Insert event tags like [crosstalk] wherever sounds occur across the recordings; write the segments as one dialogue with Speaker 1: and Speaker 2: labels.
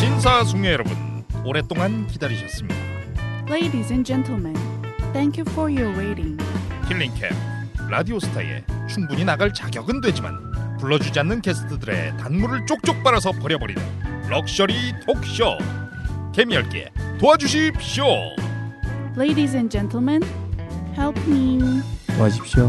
Speaker 1: 천사숭례 여러분 오랫동안 기다리셨습니다.
Speaker 2: Ladies and gentlemen, thank you for your waiting.
Speaker 1: 힐링캠 라디오스타에 충분히 나갈 자격은 되지만 불러주지 않는 게스트들의 단물을 쪽쪽 빨아서 버려버리는 럭셔리 톡쇼 개미열기에 도와주십시오. 뭐
Speaker 2: Ladies and gentlemen, help me.
Speaker 3: 도와십시오.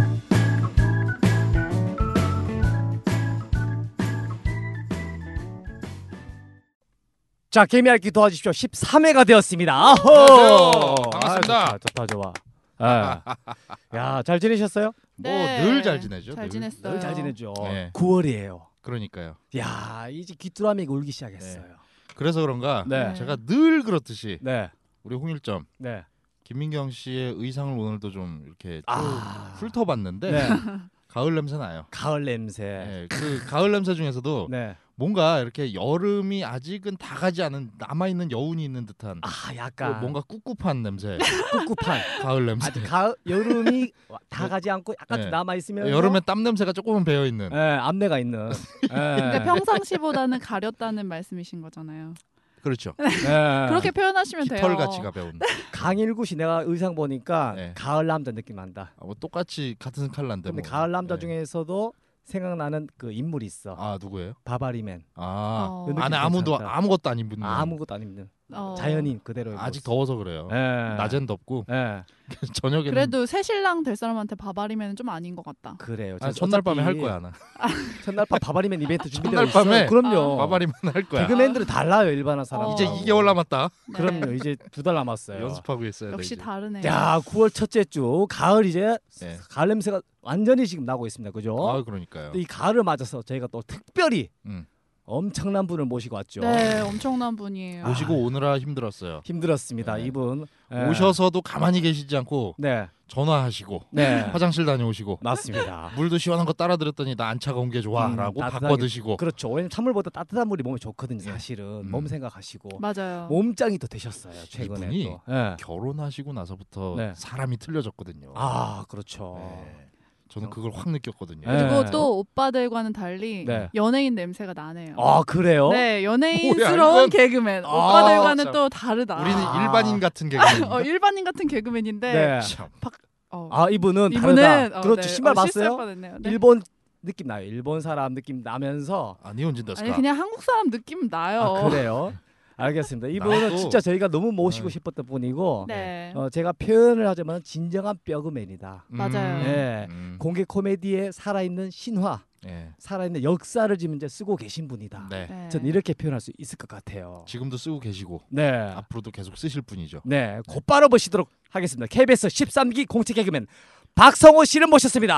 Speaker 3: 자, 개미알기 도와주십시오. 13회가 되었습니다. 아호!
Speaker 1: 안녕하세요. 반갑습니다.
Speaker 3: 아, 좋다, 좋다, 좋아. 예. 야, 잘 지내셨어요?
Speaker 2: 네,
Speaker 1: 뭐늘 잘 지내죠.
Speaker 2: 잘
Speaker 1: 늘.
Speaker 2: 지냈어요.
Speaker 3: 늘 잘 지내죠.
Speaker 1: 네.
Speaker 3: 9월이에요.
Speaker 1: 그러니까요.
Speaker 3: 야, 이제 귀뚜라미가 울기 시작했어요.
Speaker 1: 그래서 그런가
Speaker 3: 네.
Speaker 1: 제가 늘 그렇듯이
Speaker 3: 네.
Speaker 1: 우리 홍일점
Speaker 3: 네.
Speaker 1: 김민경 씨의 의상을 오늘도 좀 이렇게
Speaker 3: 아.
Speaker 1: 훑어봤는데
Speaker 3: 네.
Speaker 1: 가을 냄새 나요.
Speaker 3: 가을 냄새.
Speaker 1: 네, 그 가을 냄새 중에서도
Speaker 3: 네.
Speaker 1: 뭔가 이렇게 여름이 아직은 다 가지 않은 남아 있는 여운이 있는 듯한
Speaker 3: 아,
Speaker 1: 그
Speaker 3: 약간
Speaker 1: 뭔가 꿉꿉한
Speaker 3: [laughs]
Speaker 1: 냄새, [laughs]
Speaker 3: 꿉꿉한.
Speaker 1: 가을 냄새.
Speaker 3: 아직 가을 여름이 다 가지 않고 약간
Speaker 1: 네.
Speaker 3: 남아 있으면
Speaker 1: 여름에 땀 냄새가 조금은 배어 있는.
Speaker 3: 예,
Speaker 1: [laughs]
Speaker 3: 암내가 있는. 예.
Speaker 1: 네.
Speaker 2: 그러니까 평상시보다는 가렸다는 말씀이신 거잖아요.
Speaker 1: 그렇죠.
Speaker 3: 예.
Speaker 2: 그렇게 표현하시면 돼요.
Speaker 1: 깃털 같이 가벼운.
Speaker 3: 강일구 씨 내가 의상 보니까
Speaker 1: 네.
Speaker 3: 가을 남자 느낌 난다.
Speaker 1: 아, 뭐 똑같이 같은 칼라인데.
Speaker 3: 근데
Speaker 1: 뭐.
Speaker 3: 가을 남자
Speaker 1: 네.
Speaker 3: 중에서도 생각나는 그 인물이 있어.
Speaker 1: 아 누구예요?
Speaker 3: 바바리맨.
Speaker 1: 아
Speaker 2: 어.
Speaker 3: 그 느낌
Speaker 1: 안에 아무도
Speaker 3: 괜찮다.
Speaker 1: 아무것도 안 입은.
Speaker 3: 아무것도 네. 안 입는
Speaker 2: 어.
Speaker 3: 자연인 그대로.
Speaker 1: 음. 아직 더워서 그래요. 낮엔 덥고 [laughs]
Speaker 3: 예.
Speaker 1: 저녁에는.
Speaker 2: 그래도 새 신랑 될 사람한테 바바리면 좀 아닌 것 같다.
Speaker 3: 그래요.
Speaker 1: 아,
Speaker 3: 저-
Speaker 1: 첫날 밤에 할
Speaker 3: 어차피
Speaker 1: 거야 나.
Speaker 3: 첫날 밤 바바리맨 이벤트 준비되어
Speaker 1: 첫날 밤에 아,
Speaker 3: 있어요. 그럼요.
Speaker 1: 바바리만 할 거야.
Speaker 3: 개그맨들은 달라요 일반한 사람.
Speaker 1: 이제
Speaker 2: 어.
Speaker 1: 2개월 남았다.
Speaker 2: 네.
Speaker 3: 그럼요. 이제 두 달 남았어요.
Speaker 1: 연습하고 있어요.
Speaker 2: 역시 다르네요.
Speaker 3: 야, 9월 첫째 주 가을 이제
Speaker 1: 네.
Speaker 3: 가을 냄새가 완전히 지금 나고 있습니다. 그죠?
Speaker 1: 아 그러니까요.
Speaker 3: 어? 또 이 가을을 맞아서 저희가 또 특별히
Speaker 1: 음.
Speaker 3: 엄청난 분을 모시고
Speaker 1: 그렇죠.
Speaker 3: 왔죠.
Speaker 2: 네, 엄청난 분이에요.
Speaker 3: 아.
Speaker 1: 오시고 오느라 힘들었어요.
Speaker 3: 힘들었습니다.
Speaker 1: 네.
Speaker 3: 이분 예.
Speaker 1: 오셔서도 가만히 계시지 않고
Speaker 3: 네,
Speaker 1: 전화하시고
Speaker 3: 네,
Speaker 1: 화장실 다녀오시고
Speaker 3: 맞습니다.
Speaker 1: 물도 시원한 거 따라 드렸더니 나 안 차가운 게
Speaker 3: 음,
Speaker 1: 좋아라고
Speaker 3: 따뜻하게.
Speaker 1: 바꿔 드시고
Speaker 3: 그렇죠. 왜냐면 찬물보다 따뜻한 물이 몸에 좋거든요.
Speaker 1: 예.
Speaker 3: 사실은
Speaker 1: 음.
Speaker 3: 몸 생각하시고
Speaker 2: 맞아요.
Speaker 3: 몸짱이 또 되셨어요. 최근에
Speaker 1: 이분이
Speaker 3: 또. 예.
Speaker 1: 결혼하시고 나서부터
Speaker 3: 네.
Speaker 1: 사람이 틀려졌거든요.
Speaker 3: 아, 그렇죠.
Speaker 1: 네. 저는 그걸 확 느꼈거든요.
Speaker 3: 네.
Speaker 2: 그리고 또 오빠들과는 달리
Speaker 3: 네.
Speaker 2: 연예인 냄새가 나네요.
Speaker 3: 아, 그래요?
Speaker 2: 네,
Speaker 1: 뭐야, 이건-
Speaker 2: 연예인스러운 개그맨.
Speaker 3: 아,
Speaker 2: 오빠들과는
Speaker 1: 참.
Speaker 2: 또 다르다.
Speaker 1: 우리는
Speaker 3: 아.
Speaker 1: 일반인 같은 개그맨.
Speaker 2: [laughs] 어, 일반인 같은 개그맨인데
Speaker 3: 네.
Speaker 1: 참.
Speaker 2: 어,
Speaker 3: 아, 이분은
Speaker 2: 이분은
Speaker 3: 다르다.
Speaker 2: 어,
Speaker 3: 그렇죠.
Speaker 2: 네.
Speaker 3: 신발
Speaker 2: 어, 실수할
Speaker 3: 봤어요?
Speaker 2: 뻔했네요. 네.
Speaker 3: 일본 느낌 나요. 일본 사람 느낌 나면서
Speaker 1: 아니 온진다스가.
Speaker 2: 아니 그냥 한국 사람 느낌 나요.
Speaker 4: 어.
Speaker 3: 아, 그래요? 알겠습니다.
Speaker 1: 나도-
Speaker 3: 이분은 진짜 저희가 너무 모시고
Speaker 1: 네.
Speaker 3: 싶었던 분이고
Speaker 2: 네.
Speaker 3: 어, 제가 표현을 하자면 진정한 뼈그맨이다.
Speaker 2: 맞아요.
Speaker 3: 네.
Speaker 1: 음.
Speaker 3: 공개 코미디에 살아있는 신화,
Speaker 1: 네.
Speaker 3: 살아있는 역사를 지금 이제 쓰고 계신 분이다.
Speaker 1: 네.
Speaker 2: 네.
Speaker 3: 어, 전 이렇게 표현할 수 있을 것 같아요.
Speaker 1: 지금도 아. 쓰고 계시고
Speaker 3: 네.
Speaker 1: 앞으로도 계속 쓰실 분이죠.
Speaker 3: 네. 곧바로 보시도록 하겠습니다. KBS 13기 공채 개그맨 박성호 씨를 모셨습니다.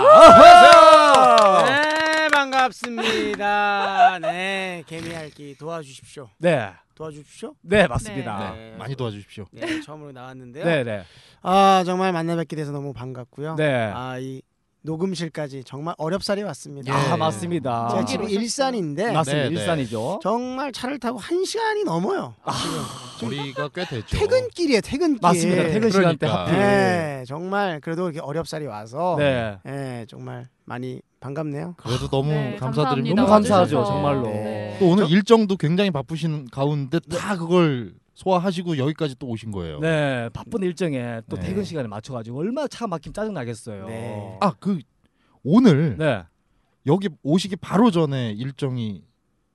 Speaker 3: 어허!
Speaker 5: 네
Speaker 3: [laughs]
Speaker 5: 반갑습니다. 네 개미핥기 도와주십시오.
Speaker 3: 네.
Speaker 5: 도와주십시오.
Speaker 3: 네, 맞습니다.
Speaker 1: 네. 많이 도와주십시오.
Speaker 5: 네 처음으로 나왔는데요.
Speaker 3: 네, 네.
Speaker 5: 아 정말 만나 뵙게 돼서 너무 반갑고요.
Speaker 3: 네.
Speaker 5: 아이 녹음실까지 정말 어렵사리 왔습니다.
Speaker 3: 아,
Speaker 1: 예.
Speaker 3: 맞습니다.
Speaker 5: 제가
Speaker 2: 아.
Speaker 5: 지금
Speaker 2: 오셨어요.
Speaker 5: 일산인데
Speaker 1: 네,
Speaker 3: 맞습니다.
Speaker 1: 네.
Speaker 3: 일산이죠.
Speaker 5: 정말 차를 타고 한 시간이 넘어요.
Speaker 1: 거리가 꽤 되죠.
Speaker 5: 퇴근길이에 퇴근길.
Speaker 3: 아, 맞습니다. 퇴근 시간 때
Speaker 1: 그러니까.
Speaker 3: 하필.
Speaker 5: 네 정말 그래도 이렇게 어렵사리 와서 네.
Speaker 3: 네.
Speaker 5: 정말 많이 반갑네요.
Speaker 1: 그래도 너무
Speaker 2: 네,
Speaker 1: 감사드립니다.
Speaker 3: 너무 감사하죠,
Speaker 2: 와주셔서.
Speaker 3: 정말로.
Speaker 2: 네.
Speaker 1: 또 오늘 일정도 굉장히 바쁘신 가운데 다 그걸 소화하시고 여기까지 또 오신 거예요.
Speaker 3: 네, 바쁜 일정에 또
Speaker 1: 어. 네.
Speaker 3: 퇴근 시간에 맞춰가지고 얼마나 차 막히면 짜증 나겠어요.
Speaker 5: 네.
Speaker 1: 아 그 오늘
Speaker 3: 네,
Speaker 1: 여기 오시기 바로 전에 일정이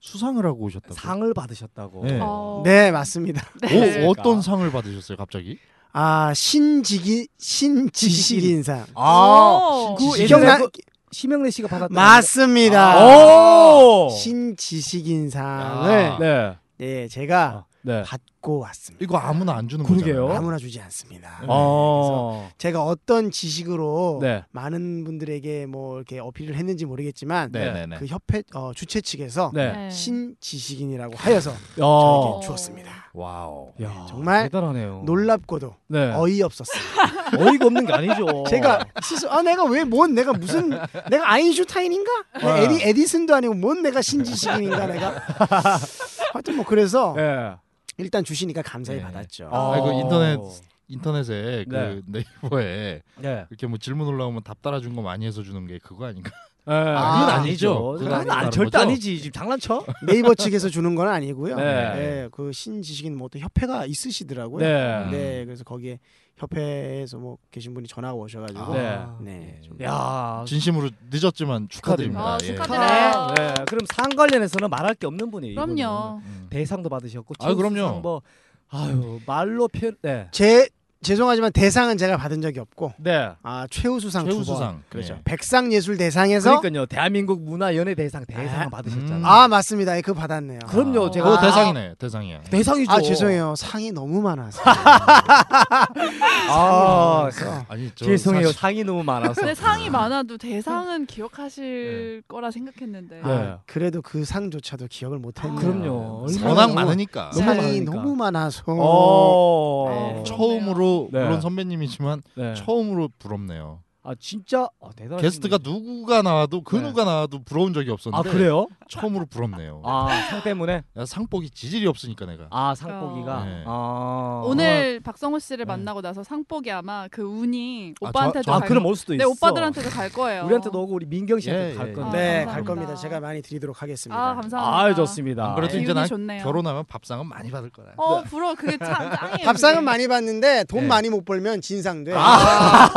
Speaker 1: 수상을 하고 오셨다고.
Speaker 3: 상을 받으셨다고.
Speaker 1: 네.
Speaker 2: 어,
Speaker 5: 네 맞습니다.
Speaker 2: 네.
Speaker 1: 오, 어떤 상을 받으셨어요, 갑자기?
Speaker 5: 아 신지기 신지시인상
Speaker 3: 아,
Speaker 1: 어.
Speaker 2: 오.
Speaker 3: 그
Speaker 1: 시-
Speaker 3: 예전에
Speaker 5: 기억나-
Speaker 3: 그 심영래 씨가 받았던. 아.
Speaker 5: 맞습니다.
Speaker 3: 오.
Speaker 5: 신지식인상을
Speaker 1: 아.
Speaker 3: 네.
Speaker 5: 예 제가
Speaker 3: 아, 네.
Speaker 5: 받고 왔습니다.
Speaker 1: 이거 아무나 안 주는
Speaker 3: 그러게요.
Speaker 1: 거잖아요.
Speaker 5: 아무나 주지 않습니다.
Speaker 1: 네.
Speaker 3: 어.
Speaker 5: 제가 어떤 지식으로
Speaker 3: 네.
Speaker 5: 많은 분들에게 뭐 이렇게 어필을 했는지 모르겠지만
Speaker 1: 네, 네, 네.
Speaker 5: 그 협회 어, 주최 측에서
Speaker 3: 네.
Speaker 2: 네.
Speaker 5: 신지식인이라고 하여서
Speaker 3: 어.
Speaker 5: 저에게 주었습니다.
Speaker 1: 와우.
Speaker 3: 야,
Speaker 5: 정말
Speaker 3: 대단하네요.
Speaker 5: 놀랍고도
Speaker 3: 어. 네.
Speaker 5: 어이없었어요.
Speaker 3: 어이가 없는 게 [laughs] 아니죠.
Speaker 5: 제가 스스로 아 내가 왜 뭔 내가 무슨 내가 아인슈타인인가? 내가
Speaker 3: 네.
Speaker 5: 에디 에디슨도 아니고 뭔 내가 신지식인인가 내가 하여튼 뭐 그래서
Speaker 3: 네. 어.
Speaker 5: 일단 주시니까 감사히
Speaker 1: 네.
Speaker 5: 받았죠.
Speaker 1: 아, 이거 인터넷 인터넷에 그
Speaker 3: 네.
Speaker 1: 네이버에
Speaker 3: 네.
Speaker 1: 이렇게 뭐 질문 올라오면 답 달아준 거 많이 해서 주는 게 그거 아닌가?
Speaker 3: 그건
Speaker 1: 아,
Speaker 3: 네. 아니죠.
Speaker 1: 그건
Speaker 3: 그건
Speaker 1: 아니다는
Speaker 3: 안
Speaker 1: 거죠?
Speaker 3: 절대 아니지. 지금 장난쳐?
Speaker 5: 네이버 측에서 주는 건 아니고요.
Speaker 3: 네.
Speaker 5: 예, 그 신지식인 뭐 어떤 협회가 있으시더라고요.
Speaker 3: 네.
Speaker 5: 네, 그래서 거기에 협회에서 뭐 계신 분이 전화가 오셔가지고
Speaker 3: 네.
Speaker 4: 아,
Speaker 5: 네, 좀
Speaker 3: 야.
Speaker 1: 진심으로 늦었지만 축하드립니다.
Speaker 4: 아,
Speaker 1: 예.
Speaker 4: 축하드려요.
Speaker 3: 네. 그럼 상 관련해서는 말할 게 없는 분이에요. 이분은.
Speaker 4: 그럼요.
Speaker 1: 음.
Speaker 3: 대상도 받으셨고.
Speaker 1: 아유, 그럼요.
Speaker 3: 지우수상 뭐 아유, 말로 표현 네.
Speaker 5: 제 죄송하지만 대상은 제가 받은 적이 없고
Speaker 3: 네.
Speaker 5: 아 최우수상 두 번.
Speaker 1: 최우수상
Speaker 5: 그렇죠.
Speaker 1: 예.
Speaker 5: 백상예술 대상에서
Speaker 3: 그러니까요. 대한민국 문화 연예 대상 대상 을
Speaker 5: 아,
Speaker 3: 받으셨잖아요.
Speaker 1: 음.
Speaker 5: 아 맞습니다. 예, 그거 받았네요.
Speaker 3: 그럼요.
Speaker 1: 아,
Speaker 3: 제가
Speaker 1: 그거 대상이네. 대상이야.
Speaker 3: 대상이죠.
Speaker 5: 아 죄송해요. 상이 너무 많아서.
Speaker 3: [laughs] 아,
Speaker 1: 아니 저
Speaker 3: 죄송해요.
Speaker 1: 사실-
Speaker 3: 상이 너무 많아서.
Speaker 4: 근데 상이 많아도 대상은 기억하실 거라 생각했는데.
Speaker 3: 네. 아,
Speaker 5: 아, 그래도 그 상조차도 기억을 못했네요.
Speaker 3: 그럼요.
Speaker 5: 상이
Speaker 1: 워낙
Speaker 5: 너무-
Speaker 1: 많으니까.
Speaker 5: 상이
Speaker 3: 많으니까.
Speaker 5: 너무 많아서.
Speaker 3: 어.
Speaker 4: 네.
Speaker 1: 처음으로
Speaker 3: 네.
Speaker 1: 물론 선배님이지만
Speaker 3: 네.
Speaker 1: 처음으로 부럽네요.
Speaker 3: 아 진짜 아, 대단한
Speaker 1: 게스트가 누구가 나와도 그
Speaker 3: 네.
Speaker 1: 누가 나와도 부러운 적이
Speaker 3: 아
Speaker 1: 없었는데
Speaker 3: 그래요?
Speaker 1: 처음으로 부럽네요.
Speaker 3: 아 상 때문에
Speaker 1: 야, 상복이 지질이 없으니까 내가.
Speaker 3: 아 상복이가
Speaker 1: 네.
Speaker 3: 아
Speaker 4: 오늘 박성호 씨를
Speaker 3: 네.
Speaker 4: 만나고 나서 상복이 아마 그 운이
Speaker 1: 아,
Speaker 4: 오빠한테도
Speaker 1: 저-
Speaker 3: 아
Speaker 4: 갈
Speaker 3: 그럼 올 수도
Speaker 4: 네,
Speaker 3: 있어.
Speaker 4: 오빠들한테도 갈 거예요.
Speaker 3: 우리한테도 오고 우리 민경 씨한테
Speaker 1: 예,
Speaker 3: 갈
Speaker 1: 예.
Speaker 3: 건데.
Speaker 5: 네,
Speaker 4: 아,
Speaker 5: 갈 겁니다.
Speaker 4: 감사합니다.
Speaker 5: 제가 많이 드리도록 하겠습니다.
Speaker 4: 아 감사합니다.
Speaker 3: 아 좋습니다.
Speaker 1: 안 그래도
Speaker 4: 기운이
Speaker 1: 이제 난
Speaker 4: 좋네요.
Speaker 1: 결혼하면 밥상은 많이 받을 거라.
Speaker 4: 어
Speaker 3: 네.
Speaker 4: 부러워 그게 참
Speaker 3: [laughs]
Speaker 4: 짱이에요.
Speaker 5: 밥상은
Speaker 4: 그게.
Speaker 5: 많이 받는데 돈
Speaker 1: 네.
Speaker 3: 예.
Speaker 5: 많이 못 벌면 진상돼.
Speaker 3: 아.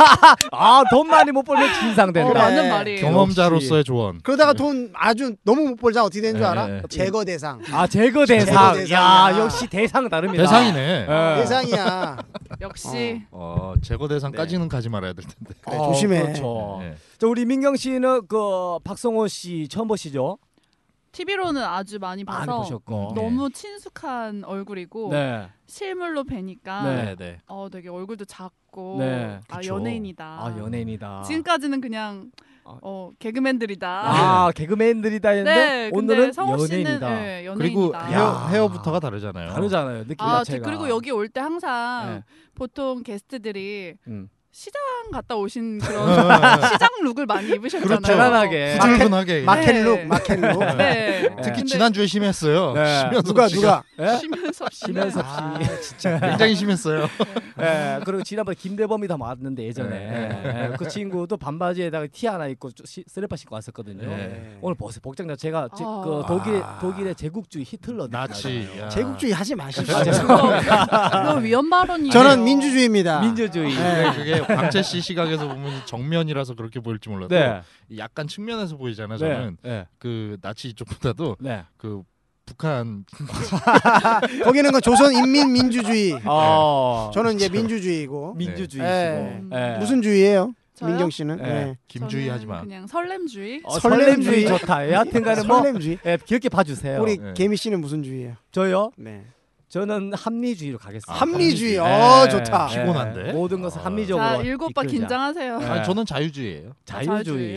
Speaker 3: 아돈 많이 못 벌면
Speaker 4: 어,
Speaker 3: 진상된다.
Speaker 4: 맞는 말이에요.
Speaker 3: 네.
Speaker 1: 경험자로서의 조언.
Speaker 5: 그러니다가
Speaker 1: 네.
Speaker 5: 돈 아주 너무 못 벌자 어떻게 되는 줄
Speaker 1: 네,
Speaker 5: 알아?
Speaker 3: 예,
Speaker 1: 네.
Speaker 5: 제거 대상.
Speaker 3: 아 제거 대상.
Speaker 5: 제거 대상이야.
Speaker 3: 야 역시 대상 다릅니다.
Speaker 1: 대상이네.
Speaker 3: 예.
Speaker 5: 대상이야.
Speaker 4: 역시
Speaker 1: 어, 재고 대상까지는 가지 말아야 될 텐데.
Speaker 3: 네.
Speaker 5: 그래,
Speaker 3: 어,
Speaker 5: 조심해.
Speaker 3: 그렇죠.
Speaker 1: 네.
Speaker 3: 자 우리 민경 씨는 그 박성호 씨 처음 보시죠?
Speaker 4: TV로는 아주 많이
Speaker 3: 많이
Speaker 4: 봐서
Speaker 3: 보셨고.
Speaker 4: 너무 친숙한 얼굴이고
Speaker 3: 네.
Speaker 4: 실물로 뵈니까
Speaker 3: 네.
Speaker 1: 네.
Speaker 4: 어 되게 얼굴도 작고
Speaker 3: 네.
Speaker 4: 아
Speaker 3: 그쵸.
Speaker 4: 연예인이다.
Speaker 3: 아 연예인이다.
Speaker 4: 지금까지는 그냥
Speaker 3: 아.
Speaker 4: 어 개그맨들이다.
Speaker 3: 아 개그맨들이다 했는데
Speaker 4: [laughs] 네,
Speaker 3: 오늘은
Speaker 4: 근데 성호 씨는
Speaker 3: 연예인이다.
Speaker 4: 네, 연예인이다.
Speaker 1: 그리고 헤어,
Speaker 3: 야.
Speaker 1: 헤어부터가 다르잖아요.
Speaker 3: 다르잖아요. 느낌
Speaker 4: 아,
Speaker 3: 자체가.
Speaker 4: 그리고 여기 올 때 항상
Speaker 3: 네.
Speaker 4: 보통 게스트들이
Speaker 3: 음.
Speaker 4: 시장 갔다 오신
Speaker 3: 어,
Speaker 4: 그런 [laughs] 시장 룩을 많이 입으셨잖아요.
Speaker 1: 그렇죠.
Speaker 3: 편안하게.
Speaker 4: 어,
Speaker 3: 예.
Speaker 1: 부들분하게.
Speaker 3: 네.
Speaker 5: 마켓룩, 마켓룩.
Speaker 4: 네.
Speaker 1: 특히
Speaker 4: 근데
Speaker 1: 지난주에 심했어요.
Speaker 3: 네.
Speaker 1: 심현섭
Speaker 5: 누가
Speaker 1: 씨가
Speaker 5: 누가?
Speaker 3: 예?
Speaker 4: [laughs] 심현섭 씨는
Speaker 3: 심현섭 씨.
Speaker 4: 아, [laughs]
Speaker 1: 굉장히 심했어요.
Speaker 3: 예, 그리고 지난번에 김대범이 다 왔는데 예전에
Speaker 4: 네,
Speaker 1: 예.
Speaker 3: 예, 그 친구도 반바지에다가 티 하나 입고 쭈- 시- 슬리퍼 신고 왔었거든요.
Speaker 1: 네.
Speaker 3: 예. 오늘 벗어 복장 자체가 지-
Speaker 4: 아.
Speaker 3: 그 독일
Speaker 1: 아.
Speaker 3: 독일의 제국주의 히틀러
Speaker 1: 나치.
Speaker 3: 느낌이잖아요.
Speaker 1: 야.
Speaker 5: 제국주의 하지 마십시오.
Speaker 3: 아,
Speaker 4: 네. 그거 위험 발언이에요.
Speaker 5: 저는 민주주의입니다.
Speaker 3: 민주주의.
Speaker 1: 그게, 그게 박재 씨 시각에서 보면 정면이라서 그렇게 보일지 몰라도
Speaker 3: 네.
Speaker 1: 약간 측면에서 보이잖아요. 저는
Speaker 3: 네.
Speaker 1: 그 나치 쪽보다도
Speaker 3: 네.
Speaker 1: 그 북한
Speaker 5: 거기는 그 조선 인민 민주주의.
Speaker 3: 어.
Speaker 1: 아.
Speaker 5: 저는 이제 민주주의이고
Speaker 3: 민주주의시고.
Speaker 5: 네.
Speaker 3: 예.
Speaker 5: 무슨 주의예요?
Speaker 4: 저요?
Speaker 5: 민경 씨는
Speaker 3: 네.
Speaker 5: 네.
Speaker 1: 김주희
Speaker 4: 저는
Speaker 1: 하지 마.
Speaker 4: 그냥 설렘주의.
Speaker 3: 어,
Speaker 5: 설렘주의.
Speaker 3: 설렘주의 좋다. 여하튼간에 뭐
Speaker 5: 설렘주의.
Speaker 3: 예, 귀엽게 봐 주세요.
Speaker 5: 우리
Speaker 1: 네.
Speaker 5: 개미 씨는 무슨 주의예요?
Speaker 3: 저요?
Speaker 5: 네.
Speaker 3: 저는 아, 합리주의로 가겠습니다.
Speaker 5: 합리주의.
Speaker 1: 합리주의.
Speaker 5: 어
Speaker 3: 예.
Speaker 5: 좋다.
Speaker 1: 네. 피곤한데?
Speaker 3: 모든 것을
Speaker 1: 아.
Speaker 3: 합리적으로.
Speaker 4: 자, 일곱 오빠
Speaker 3: 이끌자.
Speaker 4: 긴장하세요.
Speaker 3: 네.
Speaker 1: 아, 저는 자유주의예요.
Speaker 3: 자유주의.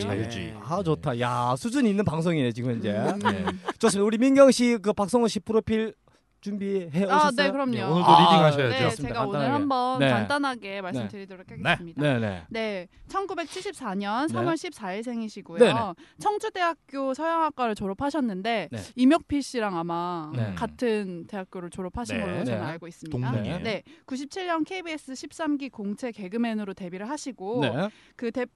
Speaker 4: 자유주의.
Speaker 1: 자유주의.
Speaker 3: 아 좋다. 야 수준 있는 방송이네 지금 이제.
Speaker 4: 음.
Speaker 1: 네.
Speaker 3: 좋습니다. 우리 민경 씨 그 박성호 씨 프로필 준비해 오셨어요?
Speaker 4: 아, 네, 그럼요.
Speaker 1: 네, 오늘도
Speaker 3: 아,
Speaker 1: 리딩하셔야죠.
Speaker 4: 네,
Speaker 3: 좋습니다.
Speaker 4: 제가 오늘
Speaker 3: 간단하게.
Speaker 4: 한번
Speaker 3: 네.
Speaker 4: 간단하게 말씀드리도록 하겠습니다.
Speaker 3: 네, 네.
Speaker 4: 네, 1974년
Speaker 3: 네.
Speaker 4: 3월 14일생이시고요.
Speaker 3: 네네.
Speaker 4: 청주대학교 서양학과를 졸업하셨는데
Speaker 3: 네.
Speaker 4: 임혁필 씨랑 아마
Speaker 3: 네.
Speaker 4: 같은 대학교를 졸업하신
Speaker 1: 네.
Speaker 4: 걸로 저는
Speaker 3: 네.
Speaker 4: 알고 있습니다.
Speaker 1: 동문이에요.
Speaker 4: 네, 97년 KBS 13기 공채 개그맨으로 데뷔를 하시고
Speaker 3: 네.
Speaker 4: 그 대,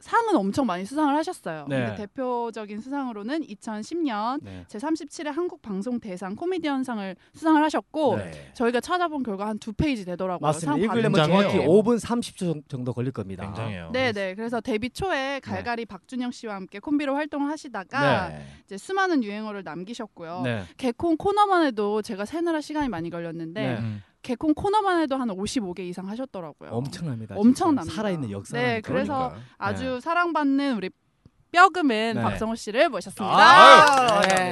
Speaker 4: 상은 엄청 많이 수상을 하셨어요.
Speaker 3: 네.
Speaker 4: 근데 대표적인 수상으로는 2010년
Speaker 3: 네.
Speaker 4: 제37회 한국방송대상 코미디언상을 수상을 하셨고
Speaker 3: 네.
Speaker 4: 저희가 찾아보는 결과 한 두 페이지 되더라고요.
Speaker 3: 맞습니다.
Speaker 4: 상
Speaker 3: 읽으려면
Speaker 4: 받는 게.
Speaker 1: 굉장해요.
Speaker 3: 정확히 5분 30초 정도 걸릴 겁니다.
Speaker 1: 굉장해요.
Speaker 4: 네, 네. 그래서 데뷔 초에 갈갈이 박준영 씨와 함께 콤비로 활동을 하시다가
Speaker 1: 네.
Speaker 4: 이제 수많은 유행어를 남기셨고요.
Speaker 3: 네.
Speaker 4: 개콘 코너만 해도 제가 세느라 시간이 많이 걸렸는데
Speaker 3: 네.
Speaker 1: 음.
Speaker 4: 개콘 코너만 해도 한 55개 이상 하셨더라고요.
Speaker 3: 엄청납니다. 진짜.
Speaker 4: 어, 엄청납니다.
Speaker 3: 살아있는 역사.
Speaker 4: 네, 그래서
Speaker 1: 그러니까.
Speaker 4: 아주 사랑받는 우리 뼈그맨
Speaker 3: 네.
Speaker 4: 박성호 씨를 모셨습니다.
Speaker 5: 아, 네.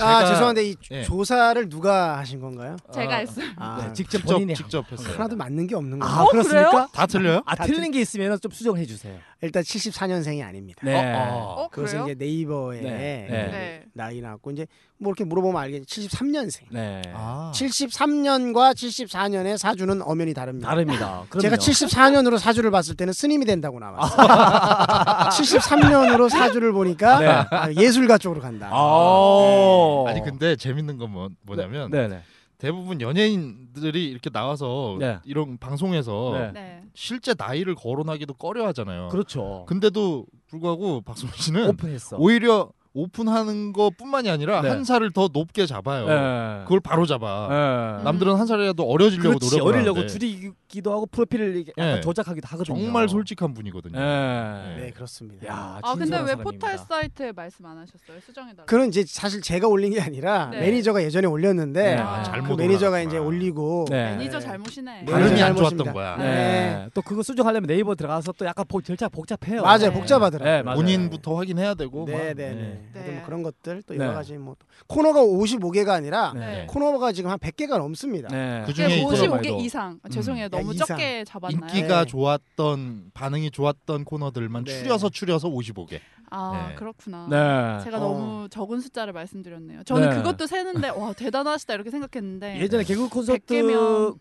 Speaker 5: 아
Speaker 1: 제가-
Speaker 5: 죄송한데 이
Speaker 1: 네.
Speaker 5: 조사를 누가 하신 건가요?
Speaker 4: 제가 했어요.
Speaker 5: 아,
Speaker 3: 네, 직접
Speaker 1: 직접
Speaker 3: 본인이
Speaker 1: 직접 했어요.
Speaker 5: 하나도 맞는 게 없는 거예요.
Speaker 3: 아, 그렇습니까?
Speaker 4: 그래요?
Speaker 1: 다 틀려요?
Speaker 3: 아, 틀린 게 있으면 좀 수정해 주세요.
Speaker 5: 일단 74년생이 아닙니다.
Speaker 3: 네.
Speaker 1: 어, 어.
Speaker 4: 어,
Speaker 5: 그래서
Speaker 4: 그래요?
Speaker 5: 이제 네이버에
Speaker 3: 네.
Speaker 5: 그
Speaker 4: 네.
Speaker 5: 나이 나왔고 이제 뭐 이렇게 물어보면 알겠지 73년생.
Speaker 3: 네.
Speaker 1: 아.
Speaker 5: 73년과 74년의 사주는 엄연히 다릅니다.
Speaker 1: 네.
Speaker 3: 다릅니다. 그럼요.
Speaker 5: 제가 74년으로 사주를 봤을 때는 스님이 된다고 나왔어요. [laughs] 73년으로 사주를 보니까
Speaker 3: 네.
Speaker 5: 아, 예술가 쪽으로 간다.
Speaker 3: 아.
Speaker 1: 아니 근데 재밌는 건 뭐, 뭐냐면
Speaker 3: 네, 네.
Speaker 1: 대부분 연예인들이 이렇게 나와서
Speaker 3: 네.
Speaker 1: 이런 방송에서
Speaker 3: 네.
Speaker 4: 네.
Speaker 1: 실제 나이를 거론하기도 꺼려하잖아요.
Speaker 3: 그렇죠.
Speaker 1: 근데도 불구하고 박성호 씨는
Speaker 3: 오픈했어.
Speaker 1: 오히려 오픈하는 것뿐만이 아니라
Speaker 3: 네.
Speaker 1: 한 살을 더 높게 잡아요.
Speaker 3: 예.
Speaker 1: 그걸 바로 잡아.
Speaker 3: 예.
Speaker 1: 남들은 한 살이라도 어려지려고
Speaker 3: 그렇지
Speaker 1: 노력을
Speaker 3: 어리려고
Speaker 1: 하는데
Speaker 3: 줄이기도 하고 프로필을 이게 약간
Speaker 1: 예.
Speaker 3: 조작하기도 하거든요.
Speaker 1: 정말 솔직한 분이거든요.
Speaker 3: 예.
Speaker 5: 네, 그렇습니다.
Speaker 3: 야,
Speaker 4: 아 근데
Speaker 3: 친절한
Speaker 4: 왜
Speaker 3: 사람입니다.
Speaker 4: 포털 사이트에 말씀 안 하셨어요? 수정해달라.
Speaker 5: 그건 이제 사실 제가 올린 게 아니라
Speaker 4: 네.
Speaker 5: 매니저가 예전에 올렸는데
Speaker 3: 네.
Speaker 1: 아, 잘못
Speaker 5: 그 매니저가
Speaker 1: 올라갔구나.
Speaker 5: 이제 올리고
Speaker 3: 네.
Speaker 4: 매니저 잘못이네.
Speaker 5: 네.
Speaker 1: 발음이 안
Speaker 5: 잘못입니다.
Speaker 1: 좋았던 거야.
Speaker 3: 네. 또 그거 수정하려면 네이버 들어가서 또 약간 복, 절차 복잡해요.
Speaker 5: 맞아요
Speaker 4: 네.
Speaker 5: 복잡하더라고요.
Speaker 3: 네, 맞아요.
Speaker 1: 본인부터 확인해야 되고
Speaker 5: 네네네. 뭐
Speaker 1: 막.
Speaker 4: 네. 네.
Speaker 5: 그런 것들 또
Speaker 3: 네.
Speaker 5: 여러 가지 뭐 또. 코너가 55개가 아니라
Speaker 4: 네.
Speaker 5: 코너가 지금 한 100개가 넘습니다.
Speaker 3: 네.
Speaker 1: 그 중에
Speaker 4: 이게
Speaker 1: 이제
Speaker 4: 55개
Speaker 3: 말도.
Speaker 4: 이상. 아, 죄송해요.
Speaker 5: 음.
Speaker 4: 너무
Speaker 5: 야,
Speaker 4: 적게 잡았나요?
Speaker 1: 인기가
Speaker 5: 네.
Speaker 1: 좋았던 반응이 좋았던 코너들만
Speaker 5: 네.
Speaker 1: 추려서 추려서 55개.
Speaker 4: 아
Speaker 1: 네.
Speaker 4: 그렇구나.
Speaker 3: 네.
Speaker 4: 제가
Speaker 5: 어.
Speaker 4: 너무 적은 숫자를 말씀드렸네요. 저는
Speaker 3: 네.
Speaker 4: 그것도 세는데 와 대단하시다 이렇게 생각했는데
Speaker 3: 예전에 개그 콘서트
Speaker 4: 100개면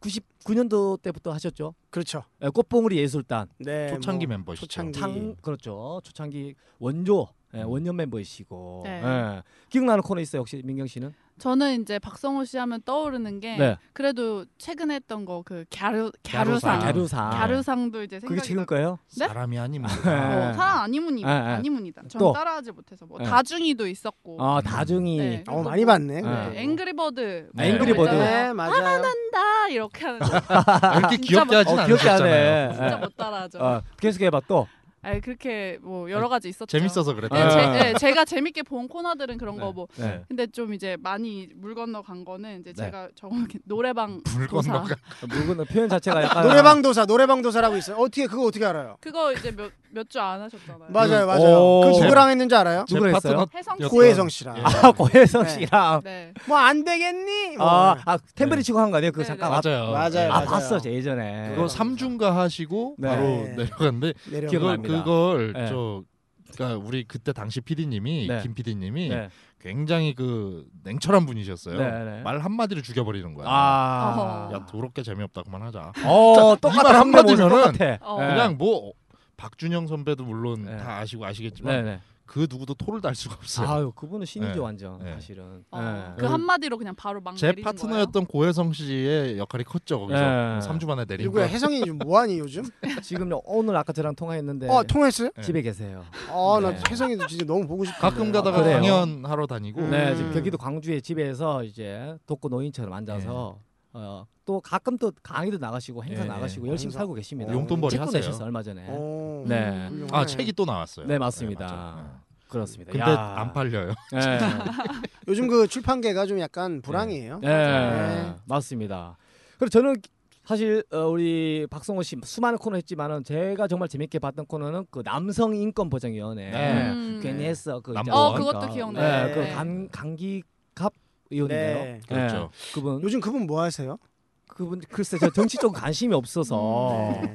Speaker 3: 1999년도 때부터 하셨죠.
Speaker 5: 그렇죠.
Speaker 3: 예, 꽃봉우리 예술단
Speaker 5: 네.
Speaker 1: 초창기
Speaker 5: 뭐
Speaker 1: 멤버시죠.
Speaker 5: 초창기.
Speaker 3: 창 그렇죠. 초창기 원조
Speaker 1: 음.
Speaker 3: 예, 원년 멤버이시고
Speaker 4: 네.
Speaker 3: 예. 기억나는 코너 있어요 혹시 민경 씨는?
Speaker 4: 저는 이제 박성호 씨 하면 떠오르는 게
Speaker 3: 네.
Speaker 4: 그래도 최근에 했던 거 그 갸루
Speaker 1: 갸루상.
Speaker 4: 갸루상
Speaker 3: 갸루상. 아.
Speaker 4: 갸루상도 이제
Speaker 3: 그게
Speaker 4: 아, 생각이
Speaker 3: 최근 거예요?
Speaker 4: 네?
Speaker 1: 사람이 아니면
Speaker 4: 나고 뭐 사랑 아니문이
Speaker 3: 예, 예.
Speaker 4: 아니문이다. 저는
Speaker 3: 또?
Speaker 4: 따라하지 못해서 뭐
Speaker 3: 예.
Speaker 4: 다중이도 있었고
Speaker 3: 아 다중이
Speaker 4: 네.
Speaker 5: 어 많이 봤네.
Speaker 4: 네,
Speaker 3: 아.
Speaker 5: 그래도.
Speaker 4: 앵그리버드
Speaker 1: 네.
Speaker 3: 앵그리버드.
Speaker 5: 네, 맞아요.
Speaker 4: 나 이렇게 하는 거
Speaker 1: 아, 이렇게
Speaker 4: 진짜
Speaker 1: 귀엽게 하진
Speaker 3: 어, 귀엽게
Speaker 1: 않으셨잖아요.
Speaker 3: 하네.
Speaker 4: 진짜
Speaker 3: 예.
Speaker 4: 못 따라하죠.
Speaker 3: 어, 계속해봐 또.
Speaker 4: 아니 그렇게 뭐 여러 가지 있었죠.
Speaker 1: 재밌어서 그랬다.
Speaker 4: 네,
Speaker 3: 아.
Speaker 4: 제, 네, 제가 재밌게 본 코너들은 그런 거 뭐
Speaker 1: [laughs]
Speaker 3: 네.
Speaker 4: 근데 좀 이제 많이 물 건너 간 거는 이제
Speaker 3: 네.
Speaker 4: 제가 적은 게 [laughs] 노래방
Speaker 1: 물
Speaker 4: 조사.
Speaker 1: 건너가.
Speaker 3: 물건 뭐, 표현 자체가 약간
Speaker 5: 노래방 도사 노래방 도사라고 있어요. 어떻게 그거 어떻게 알아요?
Speaker 4: 그거 이제 몇 몇 주 안 하셨잖아요.
Speaker 5: 맞아요,
Speaker 1: 음.
Speaker 5: 맞아요.
Speaker 3: 오.
Speaker 5: 그 누구랑 했는지 알아요?
Speaker 1: 제
Speaker 3: 누구를
Speaker 1: 파트너
Speaker 4: 혜성
Speaker 3: 했어요?
Speaker 4: 씨.
Speaker 1: 였던-
Speaker 5: 고혜성 씨랑.
Speaker 1: 예.
Speaker 3: 아 고혜성
Speaker 5: 네.
Speaker 3: 씨랑
Speaker 4: 네.
Speaker 5: 뭐 안 되겠니? 뭐.
Speaker 3: 아, 아 탬버리
Speaker 1: 네.
Speaker 3: 치고 한 거 아니에요? 그거
Speaker 4: 네,
Speaker 3: 잠깐
Speaker 4: 네.
Speaker 3: 아,
Speaker 1: 맞아요.
Speaker 5: 맞아요,
Speaker 3: 아,
Speaker 5: 맞아요.
Speaker 3: 봤어 제 예전에.
Speaker 1: 그거 삼중가 하시고
Speaker 3: 네.
Speaker 1: 바로
Speaker 5: 네.
Speaker 1: 내려갔는데
Speaker 5: 내려.
Speaker 1: 그걸
Speaker 3: 기억을 기억납니다.
Speaker 1: 그걸
Speaker 3: 네.
Speaker 1: 저 그러니까 우리 그때 당시 PD님이
Speaker 3: 네.
Speaker 1: 김 PD님이
Speaker 3: 네.
Speaker 1: 굉장히 그 냉철한 분이셨어요.
Speaker 3: 네, 네.
Speaker 1: 말 한마디로 죽여버리는 거야.
Speaker 3: 아.
Speaker 1: 야 더럽게 재미없다고만 하자.
Speaker 3: 어,
Speaker 1: 이말
Speaker 3: 똑같아. 한마디면
Speaker 1: 한마디면은
Speaker 3: 똑같아.
Speaker 4: 어.
Speaker 3: 네.
Speaker 1: 그냥 뭐 박준영 선배도 물론
Speaker 3: 네.
Speaker 1: 다 아시고 아시겠지만
Speaker 3: 네, 네.
Speaker 1: 그 누구도 토를 달 수가 없어요.
Speaker 3: 아유, 그분은 신이죠
Speaker 1: 네.
Speaker 3: 완전
Speaker 1: 네.
Speaker 3: 사실은.
Speaker 4: 어,
Speaker 3: 네.
Speaker 4: 그 한마디로 그냥 바로 막
Speaker 1: 제
Speaker 4: 내리는 거예요?
Speaker 1: 파트너였던 고혜성 씨의 역할이 컸죠 거기서
Speaker 3: 네.
Speaker 1: 3주 만에 내린 거.
Speaker 5: 누구야? 혜성이 요즘 뭐하니 요즘?
Speaker 3: [laughs] 지금 오늘 아까 저랑 통화했는데
Speaker 5: 어 통했어요?
Speaker 1: 네.
Speaker 3: 집에 계세요.
Speaker 5: 아, 나
Speaker 3: 네.
Speaker 5: 혜성이도 진짜 너무 보고
Speaker 1: [laughs]
Speaker 5: 싶어.
Speaker 1: 가끔 가다가
Speaker 3: 아, 그래요?
Speaker 1: 강연하러 다니고
Speaker 3: 네,
Speaker 5: 음.
Speaker 3: 지금 경기도 광주의 집에서 이제 독거 노인처럼 앉아서 어, 또 가끔 또 강의도 나가시고 행사
Speaker 1: 예, 예.
Speaker 3: 나가시고 열심히
Speaker 5: 행사.
Speaker 3: 살고 계십니다.
Speaker 1: 용돈벌이
Speaker 3: 책
Speaker 1: 하세요.
Speaker 3: 내셨어 얼마 전에.
Speaker 4: 음.
Speaker 5: 어.
Speaker 3: 네.
Speaker 5: 훌륭하네.
Speaker 1: 아 책이 또 나왔어요.
Speaker 3: 네, 맞습니다.
Speaker 1: 맞아요.
Speaker 3: 그렇습니다.
Speaker 1: 근데
Speaker 3: 야.
Speaker 1: 안 팔려요.
Speaker 3: 예.
Speaker 5: 요즘 그 출판계가 좀 약간 불황이에요.
Speaker 4: 아,
Speaker 3: 예.
Speaker 5: 네.
Speaker 3: 맞습니다. 그리고 저는 사실 어, 우리 박성호 씨 수많은 코너 했지만은 제가 정말 재밌게 봤던 코너는 그 남성 인권 보장 위원회.
Speaker 1: 네.
Speaker 4: 음.
Speaker 3: 괜히 했어. 그
Speaker 1: 남보
Speaker 3: 있잖아요.
Speaker 1: 원. 어,
Speaker 4: 그것도
Speaker 3: 그러니까.
Speaker 4: 기억나요.
Speaker 3: 네, 그
Speaker 4: 네.
Speaker 3: 강, 강기갑 의원인데요.
Speaker 5: 네.
Speaker 1: 그렇죠.
Speaker 3: 예, 그분
Speaker 5: 요즘 그분 뭐 하세요?
Speaker 3: 그분 글쎄 저 정치 쪽 관심이
Speaker 4: 음,
Speaker 3: 없어서
Speaker 5: 네.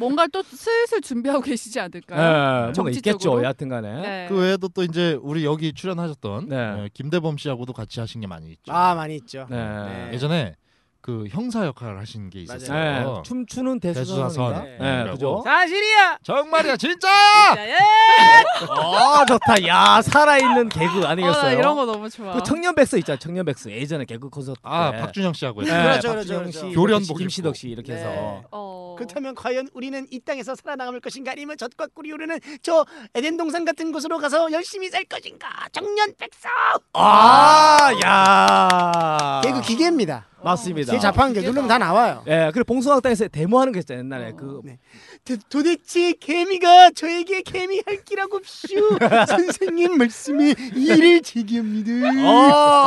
Speaker 4: 뭔가 또 슬슬 준비하고 계시지
Speaker 3: 예,
Speaker 4: 않을까요?
Speaker 3: 뭔가
Speaker 4: 정치적으로?
Speaker 3: 있겠죠. 여하튼간에.
Speaker 4: 네.
Speaker 1: 그 외에도 또 이제 우리 여기 출연하셨던
Speaker 3: 네.
Speaker 1: 어, 김대범 씨하고도 같이 하신 게 많이 있죠.
Speaker 5: 아 많이 있죠.
Speaker 3: 네.
Speaker 5: 네.
Speaker 1: 예전에 그 형사 역할을 하신 게 있었어요.
Speaker 3: 네,
Speaker 1: 어.
Speaker 3: 춤추는
Speaker 1: 대수사선.
Speaker 3: 대수사선. 네,
Speaker 1: 네.
Speaker 3: 그죠?
Speaker 5: 사실이야.
Speaker 1: 정말이야 진짜.
Speaker 4: 예! 어,
Speaker 3: 아 좋다. 야 살아있는 개그
Speaker 4: 아, 나
Speaker 3: 아니겠어요?
Speaker 4: 이런 거 너무 좋아.
Speaker 3: 그 청년 백수 있잖아. 청년 백수 예전에 개그 콘서트 때.
Speaker 1: 아 박준영 씨하고
Speaker 3: 네,
Speaker 1: 했죠.
Speaker 5: 그렇죠,
Speaker 3: 박준영
Speaker 5: 그렇죠,
Speaker 3: 씨,
Speaker 5: 그렇죠.
Speaker 1: 교련복
Speaker 3: 김시덕
Speaker 1: 입고.
Speaker 3: 씨 이렇게
Speaker 5: 네.
Speaker 3: 해서
Speaker 4: 어.
Speaker 5: 그렇다면 과연 우리는 이 땅에서 살아남을 것인가 아니면 젖과 꿀이 오르는 저 에덴 동산 같은 곳으로 가서 열심히 살 것인가 청년 백성
Speaker 3: 아, 야.
Speaker 5: 개그 기계입니다
Speaker 3: 맞습니다.
Speaker 5: 제 자판 개그 누르면 다 나와요 네.
Speaker 3: 예, 그리고 봉숭아학당에서 데모하는 거 있잖아요. 옛날에
Speaker 4: 어.
Speaker 3: 그
Speaker 5: 도, 도대체 개미가 저에게 개미 할 끼라고 슈 선생님 말씀이 이를 제기합니다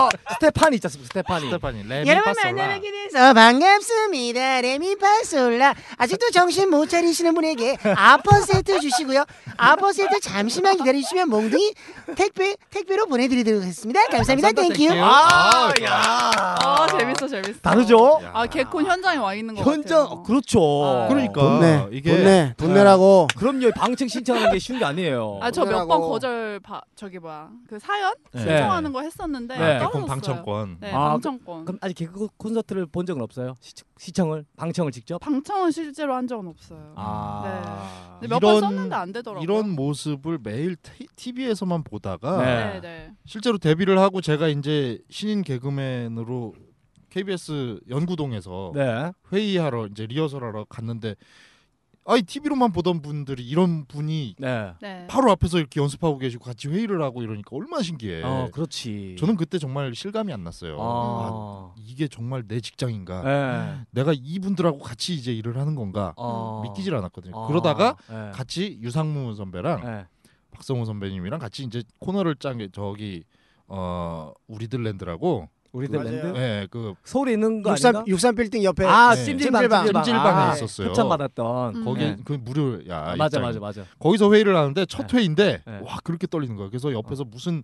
Speaker 3: 어, 스테파니 있지 않습니까? 스테파니.
Speaker 1: 스테파니 레미
Speaker 5: 여러분
Speaker 1: 파솔라.
Speaker 5: 만나뵙게 돼서 반갑습니다 레미파솔라 아직도 정신 못 차리시는 분에게 아퍼 세트 주시고요 아퍼 세트 잠시만 기다리시면 몽둥이 택배 택배로 보내드리도록 하겠습니다 감사합니다 땡큐
Speaker 3: 아, 야.
Speaker 4: 아 재밌어 재밌어.
Speaker 3: 다르죠?
Speaker 1: 야.
Speaker 4: 아 개콘 현장에 와 있는 거
Speaker 3: 현장
Speaker 4: 같아요.
Speaker 3: 그렇죠.
Speaker 4: 아.
Speaker 1: 그러니까 이게
Speaker 5: 돈내라고
Speaker 3: 그럼요. 방청 신청하는 게 쉬운 게 아니에요.
Speaker 4: 아 저 몇 번
Speaker 5: 그러라고.
Speaker 4: 거절 바, 저기 뭐야 그 사연
Speaker 3: 네.
Speaker 4: 신청하는 거 했었는데
Speaker 3: 네.
Speaker 4: 떨어졌어요. 했었어요.
Speaker 1: 방청권.
Speaker 4: 네,
Speaker 3: 아,
Speaker 4: 방청권.
Speaker 3: 그럼 아직 개그 콘서트를 본 적은 없어요? 시, 청을 방청을
Speaker 4: 네.
Speaker 3: 직접?
Speaker 4: 방청은 실제로 한 적은 없어요.
Speaker 3: 아.
Speaker 4: 몇 번
Speaker 1: 이런-
Speaker 4: 썼는데 안 되더라고요.
Speaker 1: 이런 모습을 매일 TV에서만 보다가
Speaker 3: 네.
Speaker 4: 네, 네.
Speaker 1: 실제로 데뷔를 하고 제가 이제 신인 개그맨으로 KBS 연구동에서
Speaker 3: 네.
Speaker 1: 회의하러 이제 리허설하러 갔는데 아이 TV로만 보던 분들이 이런 분이
Speaker 3: 네.
Speaker 4: 네.
Speaker 1: 바로 앞에서 이렇게 연습하고 계시고 같이 회의를 하고 이러니까 얼마나 신기해.
Speaker 3: 어, 그렇지.
Speaker 1: 예. 저는 그때 정말 실감이 안 났어요. 아,
Speaker 3: 아.
Speaker 1: 이게 정말 내 직장인가?
Speaker 3: 네.
Speaker 1: 내가 이분들하고 같이 이제 일을 하는 건가?
Speaker 3: 어.
Speaker 1: 아, 믿기질 않았거든요.
Speaker 3: 아.
Speaker 1: 그러다가
Speaker 3: 네.
Speaker 1: 같이 유상무 선배랑
Speaker 3: 네.
Speaker 1: 박성호 선배님이랑 같이 이제 코너를 짠 게 저기 어 우리들 랜드라고
Speaker 3: 우리들
Speaker 5: 맞아요.
Speaker 3: 랜드
Speaker 1: 예그
Speaker 3: 서울에 있는 거
Speaker 5: 63
Speaker 3: 아닌가?
Speaker 5: 63 빌딩 옆에
Speaker 3: 아,
Speaker 1: 네.
Speaker 3: 찜질방
Speaker 5: 찜질방.
Speaker 3: 찜질방.
Speaker 1: 찜질방에
Speaker 3: 아,
Speaker 1: 있었어요.
Speaker 3: 협찬 받았던.
Speaker 4: 음.
Speaker 1: 거기
Speaker 3: 네.
Speaker 1: 그 무료야.
Speaker 3: 아, 맞아
Speaker 1: 입장이.
Speaker 3: 맞아 맞아.
Speaker 1: 거기서 회의를 하는데 첫 회인데
Speaker 3: 네.
Speaker 1: 와 그렇게 떨리는 거야. 그래서 옆에서 무슨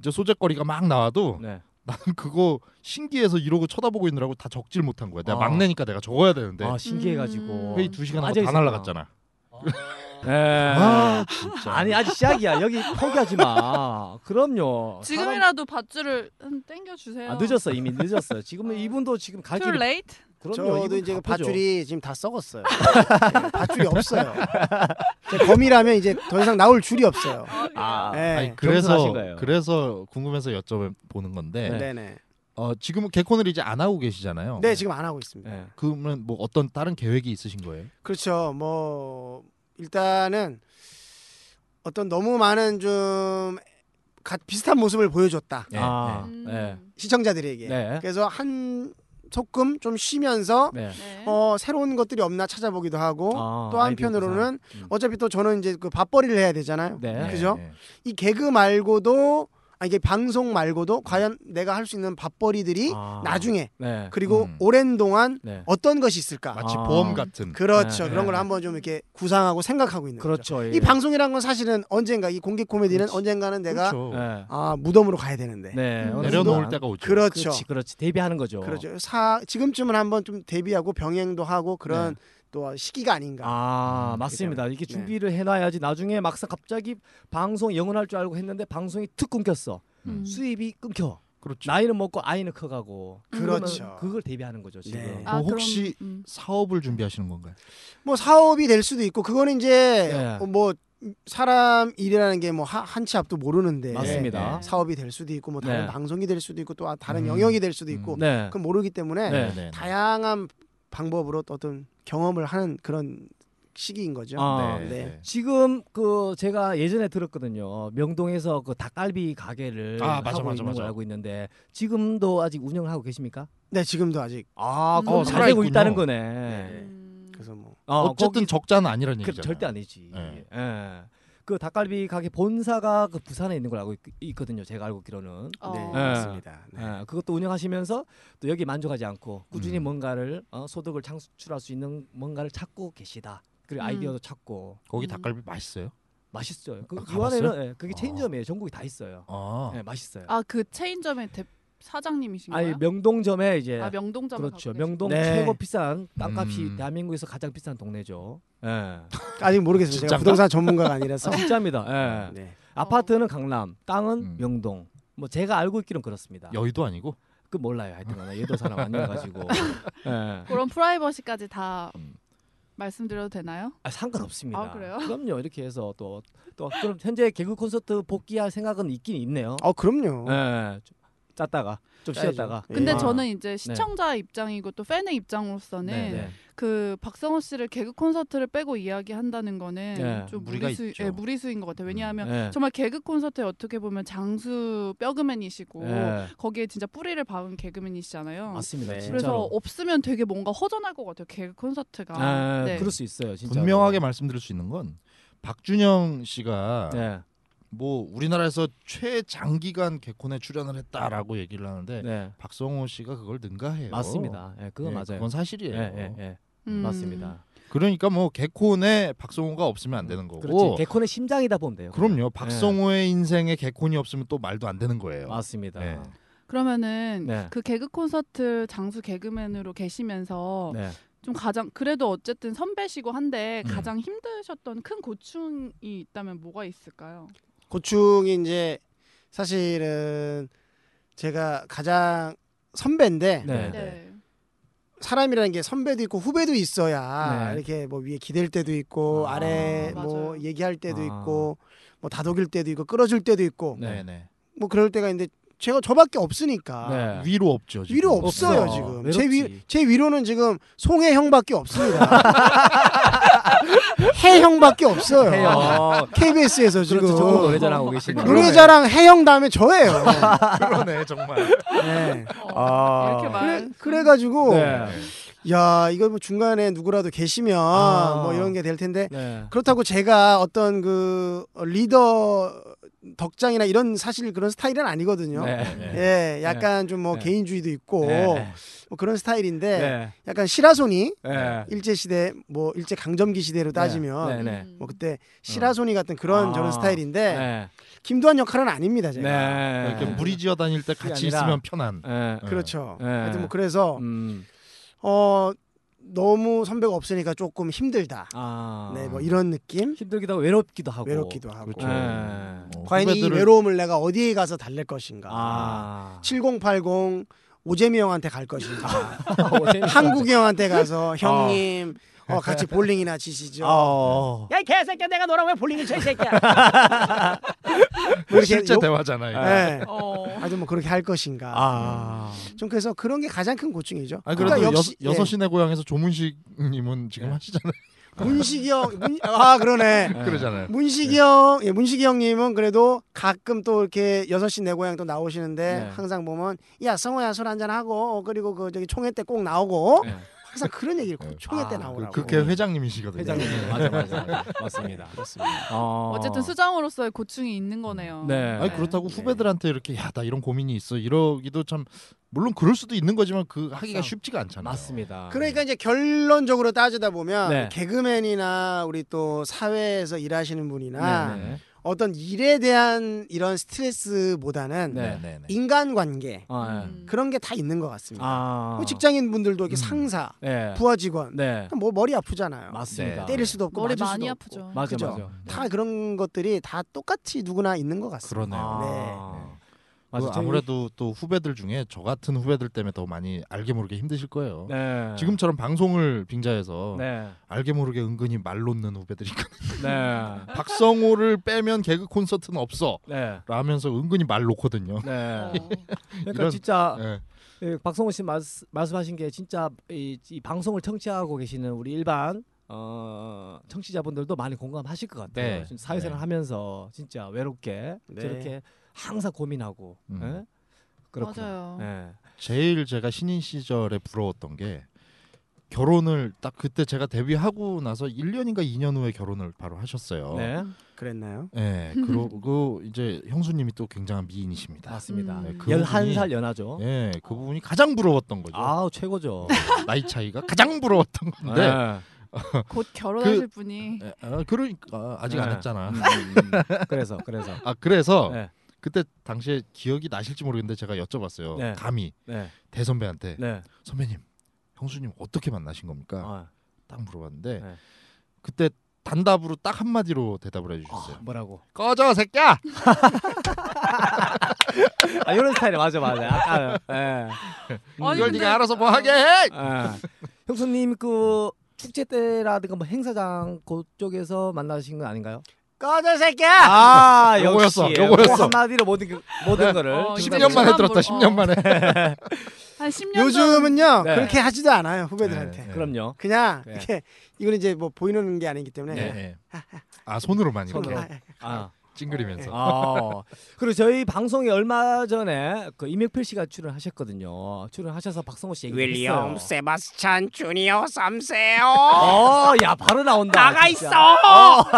Speaker 1: 이제 소재거리가 막 나와도
Speaker 3: 네.
Speaker 1: 나는 그거 신기해서 이러고 쳐다보고 있느라고 다 적질 못한 거야. 내가
Speaker 3: 아.
Speaker 1: 막내니까 내가 적어야 어. 되는데
Speaker 3: 아, 신기해 가지고.
Speaker 4: 음.
Speaker 1: 회의 두 시간 하고 다
Speaker 3: 빠져있었구나.
Speaker 1: 날라갔잖아.
Speaker 3: 네.
Speaker 1: 아 진짜.
Speaker 3: 아니 아직 시작이야. 여기 포기하지 마. 그럼요.
Speaker 4: 지금이라도 밧줄을 좀 당겨주세요.
Speaker 3: 어, 아, 늦었어 이미 늦었어요. 지금
Speaker 4: 아.
Speaker 3: 이분도 지금 갈
Speaker 4: Too
Speaker 3: 길이
Speaker 4: late?
Speaker 3: 그럼요.
Speaker 5: 저도
Speaker 3: 이분
Speaker 5: 이제 그
Speaker 3: 바쁘죠.
Speaker 5: 밧줄이 지금 다 썩었어요. 네, 밧줄이 없어요. 제 거미라면 이제 더 이상 나올 줄이 없어요.
Speaker 3: 아,
Speaker 5: 네.
Speaker 1: 아니, 그래서
Speaker 3: 겸손하신 거예요.
Speaker 1: 그래서 궁금해서 여쭤보는 건데
Speaker 3: 네. 어.
Speaker 5: 네네.
Speaker 1: 어, 지금은 개콘을 이제 안 하고 계시잖아요.
Speaker 5: 네 지금 안 하고 있습니다.
Speaker 3: 네.
Speaker 1: 그러면 뭐 어떤 다른 계획이 있으신 거예요?
Speaker 5: 그렇죠. 뭐 일단은 어떤 너무 많은 좀 가- 비슷한 모습을 보여줬다
Speaker 1: 네,
Speaker 3: 아,
Speaker 4: 음.
Speaker 3: 네.
Speaker 5: 시청자들에게.
Speaker 3: 네.
Speaker 5: 그래서 한 소끔 좀 쉬면서
Speaker 3: 네.
Speaker 4: 네.
Speaker 5: 어, 새로운 것들이 없나 찾아보기도 하고
Speaker 3: 아,
Speaker 5: 또 한편으로는
Speaker 3: 아이디어 구상.
Speaker 5: 어차피 또 저는 이제 그 밥벌이를 해야 되잖아요.
Speaker 3: 네.
Speaker 5: 그죠?
Speaker 1: 네.
Speaker 5: 이 개그 말고도 아 이게 방송 말고도 과연 내가 할 수 있는 밥벌이들이
Speaker 3: 아.
Speaker 5: 나중에
Speaker 3: 네.
Speaker 5: 그리고
Speaker 1: 음.
Speaker 5: 오랜 동안
Speaker 3: 네.
Speaker 5: 어떤 것이 있을까?
Speaker 1: 마치
Speaker 3: 아.
Speaker 1: 보험 같은.
Speaker 5: 그렇죠.
Speaker 3: 네,
Speaker 5: 그런
Speaker 3: 네,
Speaker 5: 걸
Speaker 3: 네.
Speaker 5: 한번 좀 이렇게 구상하고 생각하고 있는 거죠.
Speaker 3: 그렇죠.
Speaker 5: 이 방송이란 건 사실은 언젠가 이 공개 코미디는
Speaker 3: 그렇지.
Speaker 5: 언젠가는 내가
Speaker 1: 그렇죠.
Speaker 3: 네.
Speaker 5: 아 무덤으로 가야 되는데.
Speaker 3: 네.
Speaker 4: 음.
Speaker 3: 어느
Speaker 1: 내려놓을
Speaker 3: 순간.
Speaker 1: 때가 오죠.
Speaker 5: 그렇죠.
Speaker 3: 그렇지. 그렇지. 데뷔하는 거죠.
Speaker 5: 그렇죠. 사 지금쯤은 한번 좀 데뷔하고 병행도 하고 그런 또 시기가 아닌가.
Speaker 3: 네. 아
Speaker 1: 음,
Speaker 3: 맞습니다. 이게
Speaker 5: 네.
Speaker 3: 준비를 해놔야지 나중에 막상 갑자기 방송 영원할 줄 알고 했는데 방송이 툭 끊겼어.
Speaker 4: 음.
Speaker 3: 수입이 끊겨.
Speaker 1: 그렇죠.
Speaker 3: 나이는 먹고 아이는 커가고.
Speaker 5: 그렇죠.
Speaker 3: 뭐, 그러면 그걸 대비하는 거죠 지금.
Speaker 5: 네.
Speaker 4: 아,
Speaker 1: 뭐 혹시-
Speaker 4: 그럼, 음.
Speaker 1: 사업을 준비하시는 건가요?
Speaker 5: 뭐 사업이 될 수도 있고 그거는 이제
Speaker 3: 네.
Speaker 5: 어, 뭐 사람 일이라는 게 뭐 한 치 앞도 모르는데
Speaker 3: 맞습니다.
Speaker 5: 사업이 될 수도 있고 뭐 다른
Speaker 3: 네.
Speaker 5: 방송이 될 수도 있고 또 아, 다른
Speaker 1: 음.
Speaker 5: 영역이 될 수도 있고
Speaker 1: 음.
Speaker 3: 네.
Speaker 5: 그건 모르기 때문에
Speaker 3: 네.
Speaker 5: 다양한 방법으로 또 어떤 경험을 하는 그런 시기인 거죠.
Speaker 3: 아,
Speaker 1: 네.
Speaker 5: 네.
Speaker 1: 네.
Speaker 3: 지금 그 제가 예전에 들었거든요. 명동에서 그 닭갈비 가게를
Speaker 1: 아, 맞아, 맞아,
Speaker 3: 하고 있는 걸
Speaker 1: 맞아.
Speaker 3: 알고 있는데 지금도 아직 운영을 하고 계십니까?
Speaker 5: 네, 지금도 아직
Speaker 3: 아,
Speaker 4: 음.
Speaker 3: 그거
Speaker 4: 어,
Speaker 3: 잘 되고
Speaker 1: 살아있군요.
Speaker 3: 있다는 거네.
Speaker 5: 네.
Speaker 4: 음.
Speaker 5: 그래서 뭐
Speaker 3: 어,
Speaker 1: 어쨌든
Speaker 3: 거기-
Speaker 1: 적자는 아니라는
Speaker 3: 그
Speaker 1: 얘기잖아요.
Speaker 3: 절대 아니지.
Speaker 1: 예.
Speaker 3: 예. 그 닭갈비 가게 본사가 그 부산에 있는 걸 알고 있, 거든요 제가 알고 있기로는.
Speaker 4: 어.
Speaker 5: 네,
Speaker 3: 네.
Speaker 5: 맞습니다. 네.
Speaker 3: 예, 그것도 운영하시면서 또 여기 만족하지 않고 꾸준히
Speaker 1: 음.
Speaker 3: 뭔가를 어, 소득을 창출할 수 있는 뭔가를 찾고 계시다. 그리고
Speaker 4: 음.
Speaker 3: 아이디어도 찾고
Speaker 1: 거기
Speaker 4: 음.
Speaker 1: 닭갈비 맛있어요?
Speaker 3: 맛있어요. 그
Speaker 1: 아,
Speaker 3: 이완에는 예, 그게
Speaker 1: 어.
Speaker 3: 체인점이에요. 전국에 다 있어요.
Speaker 1: 아.
Speaker 3: 예, 맛있어요.
Speaker 4: 아, 그 체인점의 대... 사장님이신가요?
Speaker 3: 아니 명동점에 이제
Speaker 4: 아, 명동점
Speaker 3: 그렇죠. 명동
Speaker 5: 네.
Speaker 3: 최고 비싼 땅값이
Speaker 1: 음.
Speaker 3: 대한민국에서 가장 비싼 동네죠. 예.
Speaker 5: 아직 모르겠어요. 제가
Speaker 1: 진짠가?
Speaker 5: 부동산 전문가가
Speaker 3: [laughs]
Speaker 5: 아니라서.
Speaker 3: 아, 진짜입니다. 예.
Speaker 5: 네.
Speaker 3: 아파트는 강남, 땅은
Speaker 1: 음.
Speaker 3: 명동. 뭐 제가 알고 있기는 그렇습니다.
Speaker 1: 여의도 아니고?
Speaker 3: 그 몰라요. 하여튼 나 예도 사람 아니어 가지고. 예. [laughs]
Speaker 4: 그런 프라이버시까지 다
Speaker 1: 음.
Speaker 4: 말씀드려도 되나요?
Speaker 3: 아, 상관없습니다.
Speaker 4: 아, 그래요?
Speaker 3: 럼요 이렇게 해서 또 또 그럼 현재 개그 콘서트 복귀할 생각은 있긴 있네요.
Speaker 5: 어, 그럼요.
Speaker 3: 예. 좀 짰다가 좀
Speaker 5: 짜야죠.
Speaker 3: 쉬었다가.
Speaker 5: 예.
Speaker 4: 근데
Speaker 3: 아.
Speaker 4: 저는 이제 시청자 의 입장이고 또 팬의 입장으로서는
Speaker 3: 네, 네.
Speaker 4: 그 박성호 씨를 개그 콘서트를 빼고 이야기한다는 거는
Speaker 3: 네,
Speaker 4: 좀
Speaker 1: 무리가
Speaker 4: 무리수,
Speaker 1: 있죠.
Speaker 4: 예, 무리수인 것 같아요. 왜냐하면
Speaker 3: 예.
Speaker 4: 정말 개그 콘서트에 어떻게 보면 장수 뼈그맨이시고
Speaker 3: 예.
Speaker 4: 거기에 진짜 뿌리를 박은 개그맨이시잖아요.
Speaker 3: 맞습니다.
Speaker 5: 네.
Speaker 4: 그래서
Speaker 3: 진짜로.
Speaker 4: 없으면 되게 뭔가 허전할 것 같아요. 개그 콘서트가.
Speaker 3: 아,
Speaker 4: 네.
Speaker 3: 그럴 수 있어요. 진짜
Speaker 1: 분명하게 말씀드릴 수 있는 건 박준영 씨가
Speaker 3: 네.
Speaker 1: 뭐 우리나라에서 최장기간 개콘에 출연을 했다라고 얘기를 하는데
Speaker 3: 네.
Speaker 1: 박성호 씨가 그걸 능가해요.
Speaker 3: 맞습니다. 예, 그건
Speaker 1: 예,
Speaker 3: 맞아요.
Speaker 1: 네. 그건 사실이에요.
Speaker 3: 예, 예, 예.
Speaker 4: 음.
Speaker 3: 맞습니다.
Speaker 1: 그러니까 뭐 개콘에 박성호가 없으면 안 되는
Speaker 3: 그렇지.
Speaker 1: 거고.
Speaker 3: 개콘의 예. 심장이다 보면 돼요. 네.
Speaker 1: 그럼요 박성호의 인생에 개콘이 없으면 또 말도 안 되는 거예요.
Speaker 3: 맞습니다.
Speaker 1: 예.
Speaker 4: 그러면은
Speaker 3: 네.
Speaker 4: 그 개그 콘서트 장수 개그맨으로 계시면서
Speaker 3: 네.
Speaker 4: 좀 가장 그래도 어쨌든 선배시고 한데
Speaker 1: 음.
Speaker 4: 가장 힘드셨던 큰 고충이 있다면 뭐가 있을까요?
Speaker 5: 고충이 이제 사실은 제가 가장 선배인데
Speaker 3: 네.
Speaker 4: 네.
Speaker 5: 사람이라는 게 선배도 있고 후배도
Speaker 3: 네.
Speaker 5: 있어야 이렇게 뭐 위에 기댈 때도 있고
Speaker 3: 아,
Speaker 5: 아, 래
Speaker 4: 맞아요.
Speaker 5: 뭐 얘기할 때도
Speaker 3: 아.
Speaker 5: 있고 뭐 다독일 때도 있고 끌어줄 때도 있고
Speaker 3: 네.
Speaker 1: 네.
Speaker 5: 뭐 그럴 때가 있는데 제가 저밖에 없으니까
Speaker 3: 네.
Speaker 1: 위로 없죠. 지금.
Speaker 5: 위로 없어요
Speaker 3: 없어.
Speaker 5: 지금
Speaker 3: 외롭지.
Speaker 5: 제위제 위로는 지금 송혜
Speaker 3: [laughs]
Speaker 5: 형밖에 없습니다. 해 형밖에 없어요.
Speaker 3: 해요.
Speaker 5: KBS에서 지금
Speaker 3: [laughs] 그렇죠. 조금 노래 잘하고 계시네요.
Speaker 5: 노래자랑 해영 다음에
Speaker 3: [laughs]
Speaker 5: 저예요.
Speaker 1: [laughs] 그러네 정말.
Speaker 5: 네.
Speaker 3: 아.
Speaker 4: 이렇게 말.
Speaker 5: 그래, 그래가지고
Speaker 3: 네.
Speaker 5: 야 이거 뭐 중간에 누구라도 계시면
Speaker 3: 아.
Speaker 5: 뭐 이런 게 될 텐데
Speaker 3: 네.
Speaker 5: 그렇다고 제가 어떤 그 리더 덕장이나 이런 사실 그런 스타일은 아니거든요.
Speaker 3: 네.
Speaker 5: 예, 약간 좀 뭐
Speaker 3: 네.
Speaker 5: 개인주의도 있고
Speaker 3: 네.
Speaker 5: 뭐 그런 스타일인데
Speaker 3: 네.
Speaker 5: 약간 시라소니
Speaker 3: 네.
Speaker 5: 일제 시대 뭐 일제 강점기 시대로 따지면
Speaker 3: 네. 네.
Speaker 4: 음.
Speaker 5: 뭐 그때 시라소니 같은 그런
Speaker 3: 아.
Speaker 5: 저런 스타일인데
Speaker 3: 네.
Speaker 5: 김도한 역할은 아닙니다 제가.
Speaker 3: 네.
Speaker 1: 이렇게 무리지어 다닐 때 같이
Speaker 3: 아니라-
Speaker 1: 있으면 편한.
Speaker 3: 네.
Speaker 5: 그렇죠.
Speaker 3: 네.
Speaker 5: 하여튼 뭐 그래서
Speaker 3: 음.
Speaker 5: 어 너무 선배가 없으니까 조금 힘들다.
Speaker 3: 아.
Speaker 5: 네, 뭐 이런 느낌.
Speaker 3: 힘들기도 하고 외롭기도 하고.
Speaker 5: 외롭기도 하고.
Speaker 1: 그렇죠.
Speaker 3: 네.
Speaker 1: 어,
Speaker 5: 과연 이
Speaker 1: 후배들을-
Speaker 5: 외로움을 내가 어디에 가서 달랠 것인가?
Speaker 3: 아.
Speaker 5: 7080 오재미 형한테 갈 것인가?
Speaker 1: 아,
Speaker 3: 어,
Speaker 5: [laughs]
Speaker 3: 재밌다.
Speaker 5: 한국 형한테 가서 형님 어, 같이 볼링이나 치시죠. 뭐
Speaker 3: 아, 어.
Speaker 5: 야, 이 개새끼야, 내가 너랑 왜 볼링을 쳐, 이 새끼야. 뭐 이렇게
Speaker 1: 실제
Speaker 5: 욕-
Speaker 1: 대화잖아요. 이거.
Speaker 5: 예.
Speaker 4: 어.
Speaker 5: 아주 뭐 그렇게 할 것인가.
Speaker 3: 아.
Speaker 5: 좀 그래서 그런 게 가장 큰 고충이죠.
Speaker 1: 아니 그래도
Speaker 5: 그러니까
Speaker 1: 여섯
Speaker 5: 역시- 예.
Speaker 1: 여섯 시내 고향에서 조문식님은 지금 하시잖아요.
Speaker 5: 문식이 형, 문, 아 그러네.
Speaker 3: 예. 음.
Speaker 1: 그러잖아요.
Speaker 5: 문식이 형, 예, 문식이 형님은 그래도 가끔 또 이렇게 여섯 시 내 고향 또 나오시는데
Speaker 3: 네.
Speaker 5: 항상 보면 야 성호야 술 한잔 하고 그리고 그 저기 총회 때 꼭 나오고
Speaker 3: 네.
Speaker 5: 항상 그런 얘기를 꼭
Speaker 1: 네.
Speaker 5: 총회 때
Speaker 3: 아,
Speaker 5: 나오라고. 예.
Speaker 1: 그, 그게 회장님이시거든요.
Speaker 3: 회장님 네, 맞아 맞아 맞아. 맞습니다. 맞습니다. 어.
Speaker 4: 어쨌든 수장으로서의 고충이 있는 거네요.
Speaker 3: 네.
Speaker 1: 아니 그렇다고 후배들한테 이렇게 야 나 이런 고민이 있어 이러기도 참 물론 그럴 수도 있는 거지만 그 하기가
Speaker 3: 막상-
Speaker 1: 쉽지가 않잖아요.
Speaker 3: 맞습니다.
Speaker 5: 그러니까 이제 결론적으로 따지다 보면
Speaker 3: 네.
Speaker 5: 개그맨이나 우리 또 사회에서 일하시는 분이나
Speaker 3: 네, 네.
Speaker 5: 어떤 일에 대한 이런 스트레스보다는
Speaker 3: 네.
Speaker 1: 네네네.
Speaker 5: 인간관계
Speaker 3: 아, 예.
Speaker 4: 음.
Speaker 5: 그런 게 다 있는 것 같습니다.
Speaker 3: 아.
Speaker 5: 뭐 직장인 분들도 이렇게
Speaker 1: 음.
Speaker 5: 상사,
Speaker 3: 네.
Speaker 5: 부하 직원
Speaker 3: 네.
Speaker 5: 뭐 머리 아프잖아요.
Speaker 3: 맞습니다.
Speaker 5: 네, 때릴 수도 없고
Speaker 4: 머리
Speaker 5: 맞을 수도
Speaker 4: 많이
Speaker 5: 없고.
Speaker 4: 아프죠.
Speaker 3: 맞아
Speaker 5: 그죠?
Speaker 3: 맞아.
Speaker 5: 다 그런 것들이 다 똑같이 누구나 있는 것 같습니다.
Speaker 1: 그러네요.
Speaker 3: 아.
Speaker 1: 그
Speaker 3: 맞아. 저희-
Speaker 1: 아무래도 또 후배들 중에 저 같은 후배들 때문에 더 많이 알게 모르게 힘드실 거예요.
Speaker 3: 네.
Speaker 1: 지금처럼 방송을 빙자해서
Speaker 3: 네.
Speaker 1: 알게 모르게 은근히 말 놓는 후배들이 있거든요.
Speaker 3: 네.
Speaker 1: [laughs] 박성호를 빼면 개그 콘서트는 없어
Speaker 3: 네.
Speaker 1: 라면서 은근히 말 놓거든요.
Speaker 3: 네.
Speaker 4: 어.
Speaker 3: 그러니까
Speaker 1: 이런-
Speaker 3: 진짜
Speaker 1: 예.
Speaker 3: 예, 박성호 씨 말씀, 말씀하신 게 진짜 이, 이 방송을 청취하고 계시는 우리 일반 어, 청취자분들도 많이 공감하실 것 같아요.
Speaker 1: 네.
Speaker 3: 지금 사회생활
Speaker 1: 네.
Speaker 3: 하면서 진짜 외롭게
Speaker 5: 네.
Speaker 3: 저렇게 항상 고민하고
Speaker 1: 음.
Speaker 3: 예? 그렇고
Speaker 4: 맞아요.
Speaker 3: 예.
Speaker 1: 제일 제가 신인 시절에 부러웠던 게 결혼을 딱 그때 제가 데뷔하고 나서 1년인가 2년 후에 결혼을 바로 하셨어요. 음.
Speaker 3: 네.
Speaker 5: 그랬나요?
Speaker 1: 예, 그러고 이제 형수님이 또 굉장한 미인이십니다.
Speaker 3: 맞습니다.
Speaker 4: 음.
Speaker 1: 네, 그
Speaker 3: 열한
Speaker 1: 부분이-
Speaker 3: 살 연하죠.
Speaker 1: 예, 그 부분이 가장 부러웠던 거죠.
Speaker 3: 아
Speaker 1: [laughs]
Speaker 3: 최고죠.
Speaker 1: 나이 차이가 가장 부러웠던 건데
Speaker 3: 네.
Speaker 4: 곧 결혼하실 분이
Speaker 1: 예, 아, 그러니까 아직 안
Speaker 3: 네.
Speaker 1: 했잖아.
Speaker 3: 음,
Speaker 1: [laughs]
Speaker 3: 음. 그래서 그래서
Speaker 1: 아 그래서
Speaker 3: 네.
Speaker 1: 그때 당시에 기억이 나실지 모르겠는데 제가 여쭤봤어요.
Speaker 3: 네.
Speaker 1: 감히
Speaker 3: 네.
Speaker 1: 대선배한테
Speaker 3: 네.
Speaker 1: 선배님 형수님 어떻게 만나신 겁니까?
Speaker 3: 아,
Speaker 1: 딱 물어봤는데
Speaker 3: 네.
Speaker 1: 그때 단답으로 딱 한마디로 대답을 해주셨어요.
Speaker 3: 아, 뭐라고?
Speaker 1: 꺼져 새끼야.
Speaker 3: 아 이런 스타일이 맞아 맞아. 약간 예. 음.
Speaker 1: 이걸
Speaker 4: 아니, 근데- 어,
Speaker 1: 네가 알아서 뭐 하게 해.
Speaker 3: 아, [laughs] 형수님 그 축제 때라든가 뭐 행사장 그쪽에서 만나신 건 아닌가요?
Speaker 5: 꺼져 새끼야!
Speaker 3: 아
Speaker 1: 요거였어,
Speaker 3: 역시.
Speaker 1: 요거였어.
Speaker 3: 한마디로 모든 그- 모든 거를
Speaker 4: 어,
Speaker 3: 정답-
Speaker 1: 10년 만에
Speaker 4: 지난
Speaker 1: 들었다.
Speaker 4: 분-
Speaker 1: 10년 만에.
Speaker 4: 한 10년
Speaker 5: 요즘은요
Speaker 3: 네.
Speaker 5: 그렇게 하지도 않아요 후배들한테.
Speaker 1: 네, 네.
Speaker 3: 그럼요.
Speaker 5: 그냥
Speaker 3: 네.
Speaker 5: 이렇게 이건 이제 뭐 보이는 게 아니기 때문에
Speaker 1: 네. 네. 아 손으로 많이
Speaker 3: 손으로.
Speaker 1: 이렇게
Speaker 3: 아,
Speaker 1: 찡그리면서.
Speaker 3: 아 그리고 저희 방송에 얼마 전에 그 이명필 씨가 출연하셨거든요. 출연하셔서 박성호 씨 얘기 했어요.
Speaker 6: 네, 윌리엄 세바스찬 주니어 삼세요
Speaker 3: 어, 야 바로 나온다.
Speaker 6: 나가
Speaker 3: 진짜.
Speaker 6: 있어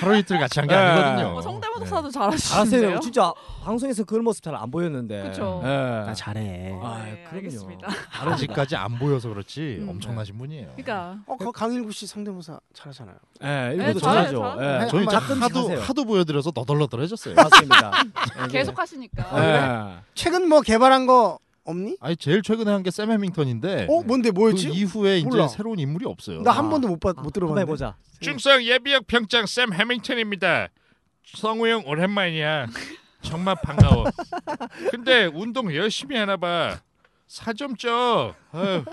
Speaker 1: 하루 이틀 같이 한 게
Speaker 3: 네.
Speaker 1: 아니거든요. 네.
Speaker 4: 어, 성대모사도 잘하시는데요.
Speaker 3: 알았어요. 진짜 방송에서 그런 모습 잘 안 보였는데.
Speaker 4: 그쵸.
Speaker 3: 예.
Speaker 5: 나 잘해.
Speaker 4: 어, 네, 알겠습니다.
Speaker 1: 네. 아직까지 안 보여서 그렇지
Speaker 4: 음.
Speaker 1: 엄청나신 분이에요.
Speaker 4: 그러니까
Speaker 5: 어, 그 강일구 씨 성대모사 잘하잖아요.
Speaker 3: 예, 일부도
Speaker 4: 네,
Speaker 3: 잘하죠.
Speaker 4: 잘해요,
Speaker 3: 예.
Speaker 5: 잘해요.
Speaker 1: 저희
Speaker 5: 한
Speaker 1: 자꾸
Speaker 3: 말씀
Speaker 1: 하도
Speaker 3: 하세요. 아.
Speaker 1: 하도 보여드려서 너덜너덜해졌어요.
Speaker 3: 맞습니다.
Speaker 4: [laughs]
Speaker 3: 네.
Speaker 4: 계속 하시니까.
Speaker 3: 예.
Speaker 5: 최근 뭐 개발한 거 없니?
Speaker 1: 아니 제일 최근에 한 게 샘
Speaker 6: 네.
Speaker 1: 해밍턴인데
Speaker 5: 어, 뭔데
Speaker 1: 그
Speaker 5: 뭐였지?
Speaker 1: 이후에
Speaker 5: 몰라.
Speaker 1: 이제 새로운 인물이 없어요.
Speaker 5: 나 한
Speaker 3: 아.
Speaker 5: 번도 못, 봤, 네. 못
Speaker 3: 한번
Speaker 5: 들어봤는데.
Speaker 3: 해보자.
Speaker 7: 중성 예비역 병장 샘 해밍턴입니다. 성우 형 오랜만이야. 정말 반가워.
Speaker 3: [laughs]
Speaker 7: 근데 운동 열심히 하나 봐. 사점 쪄. 아유,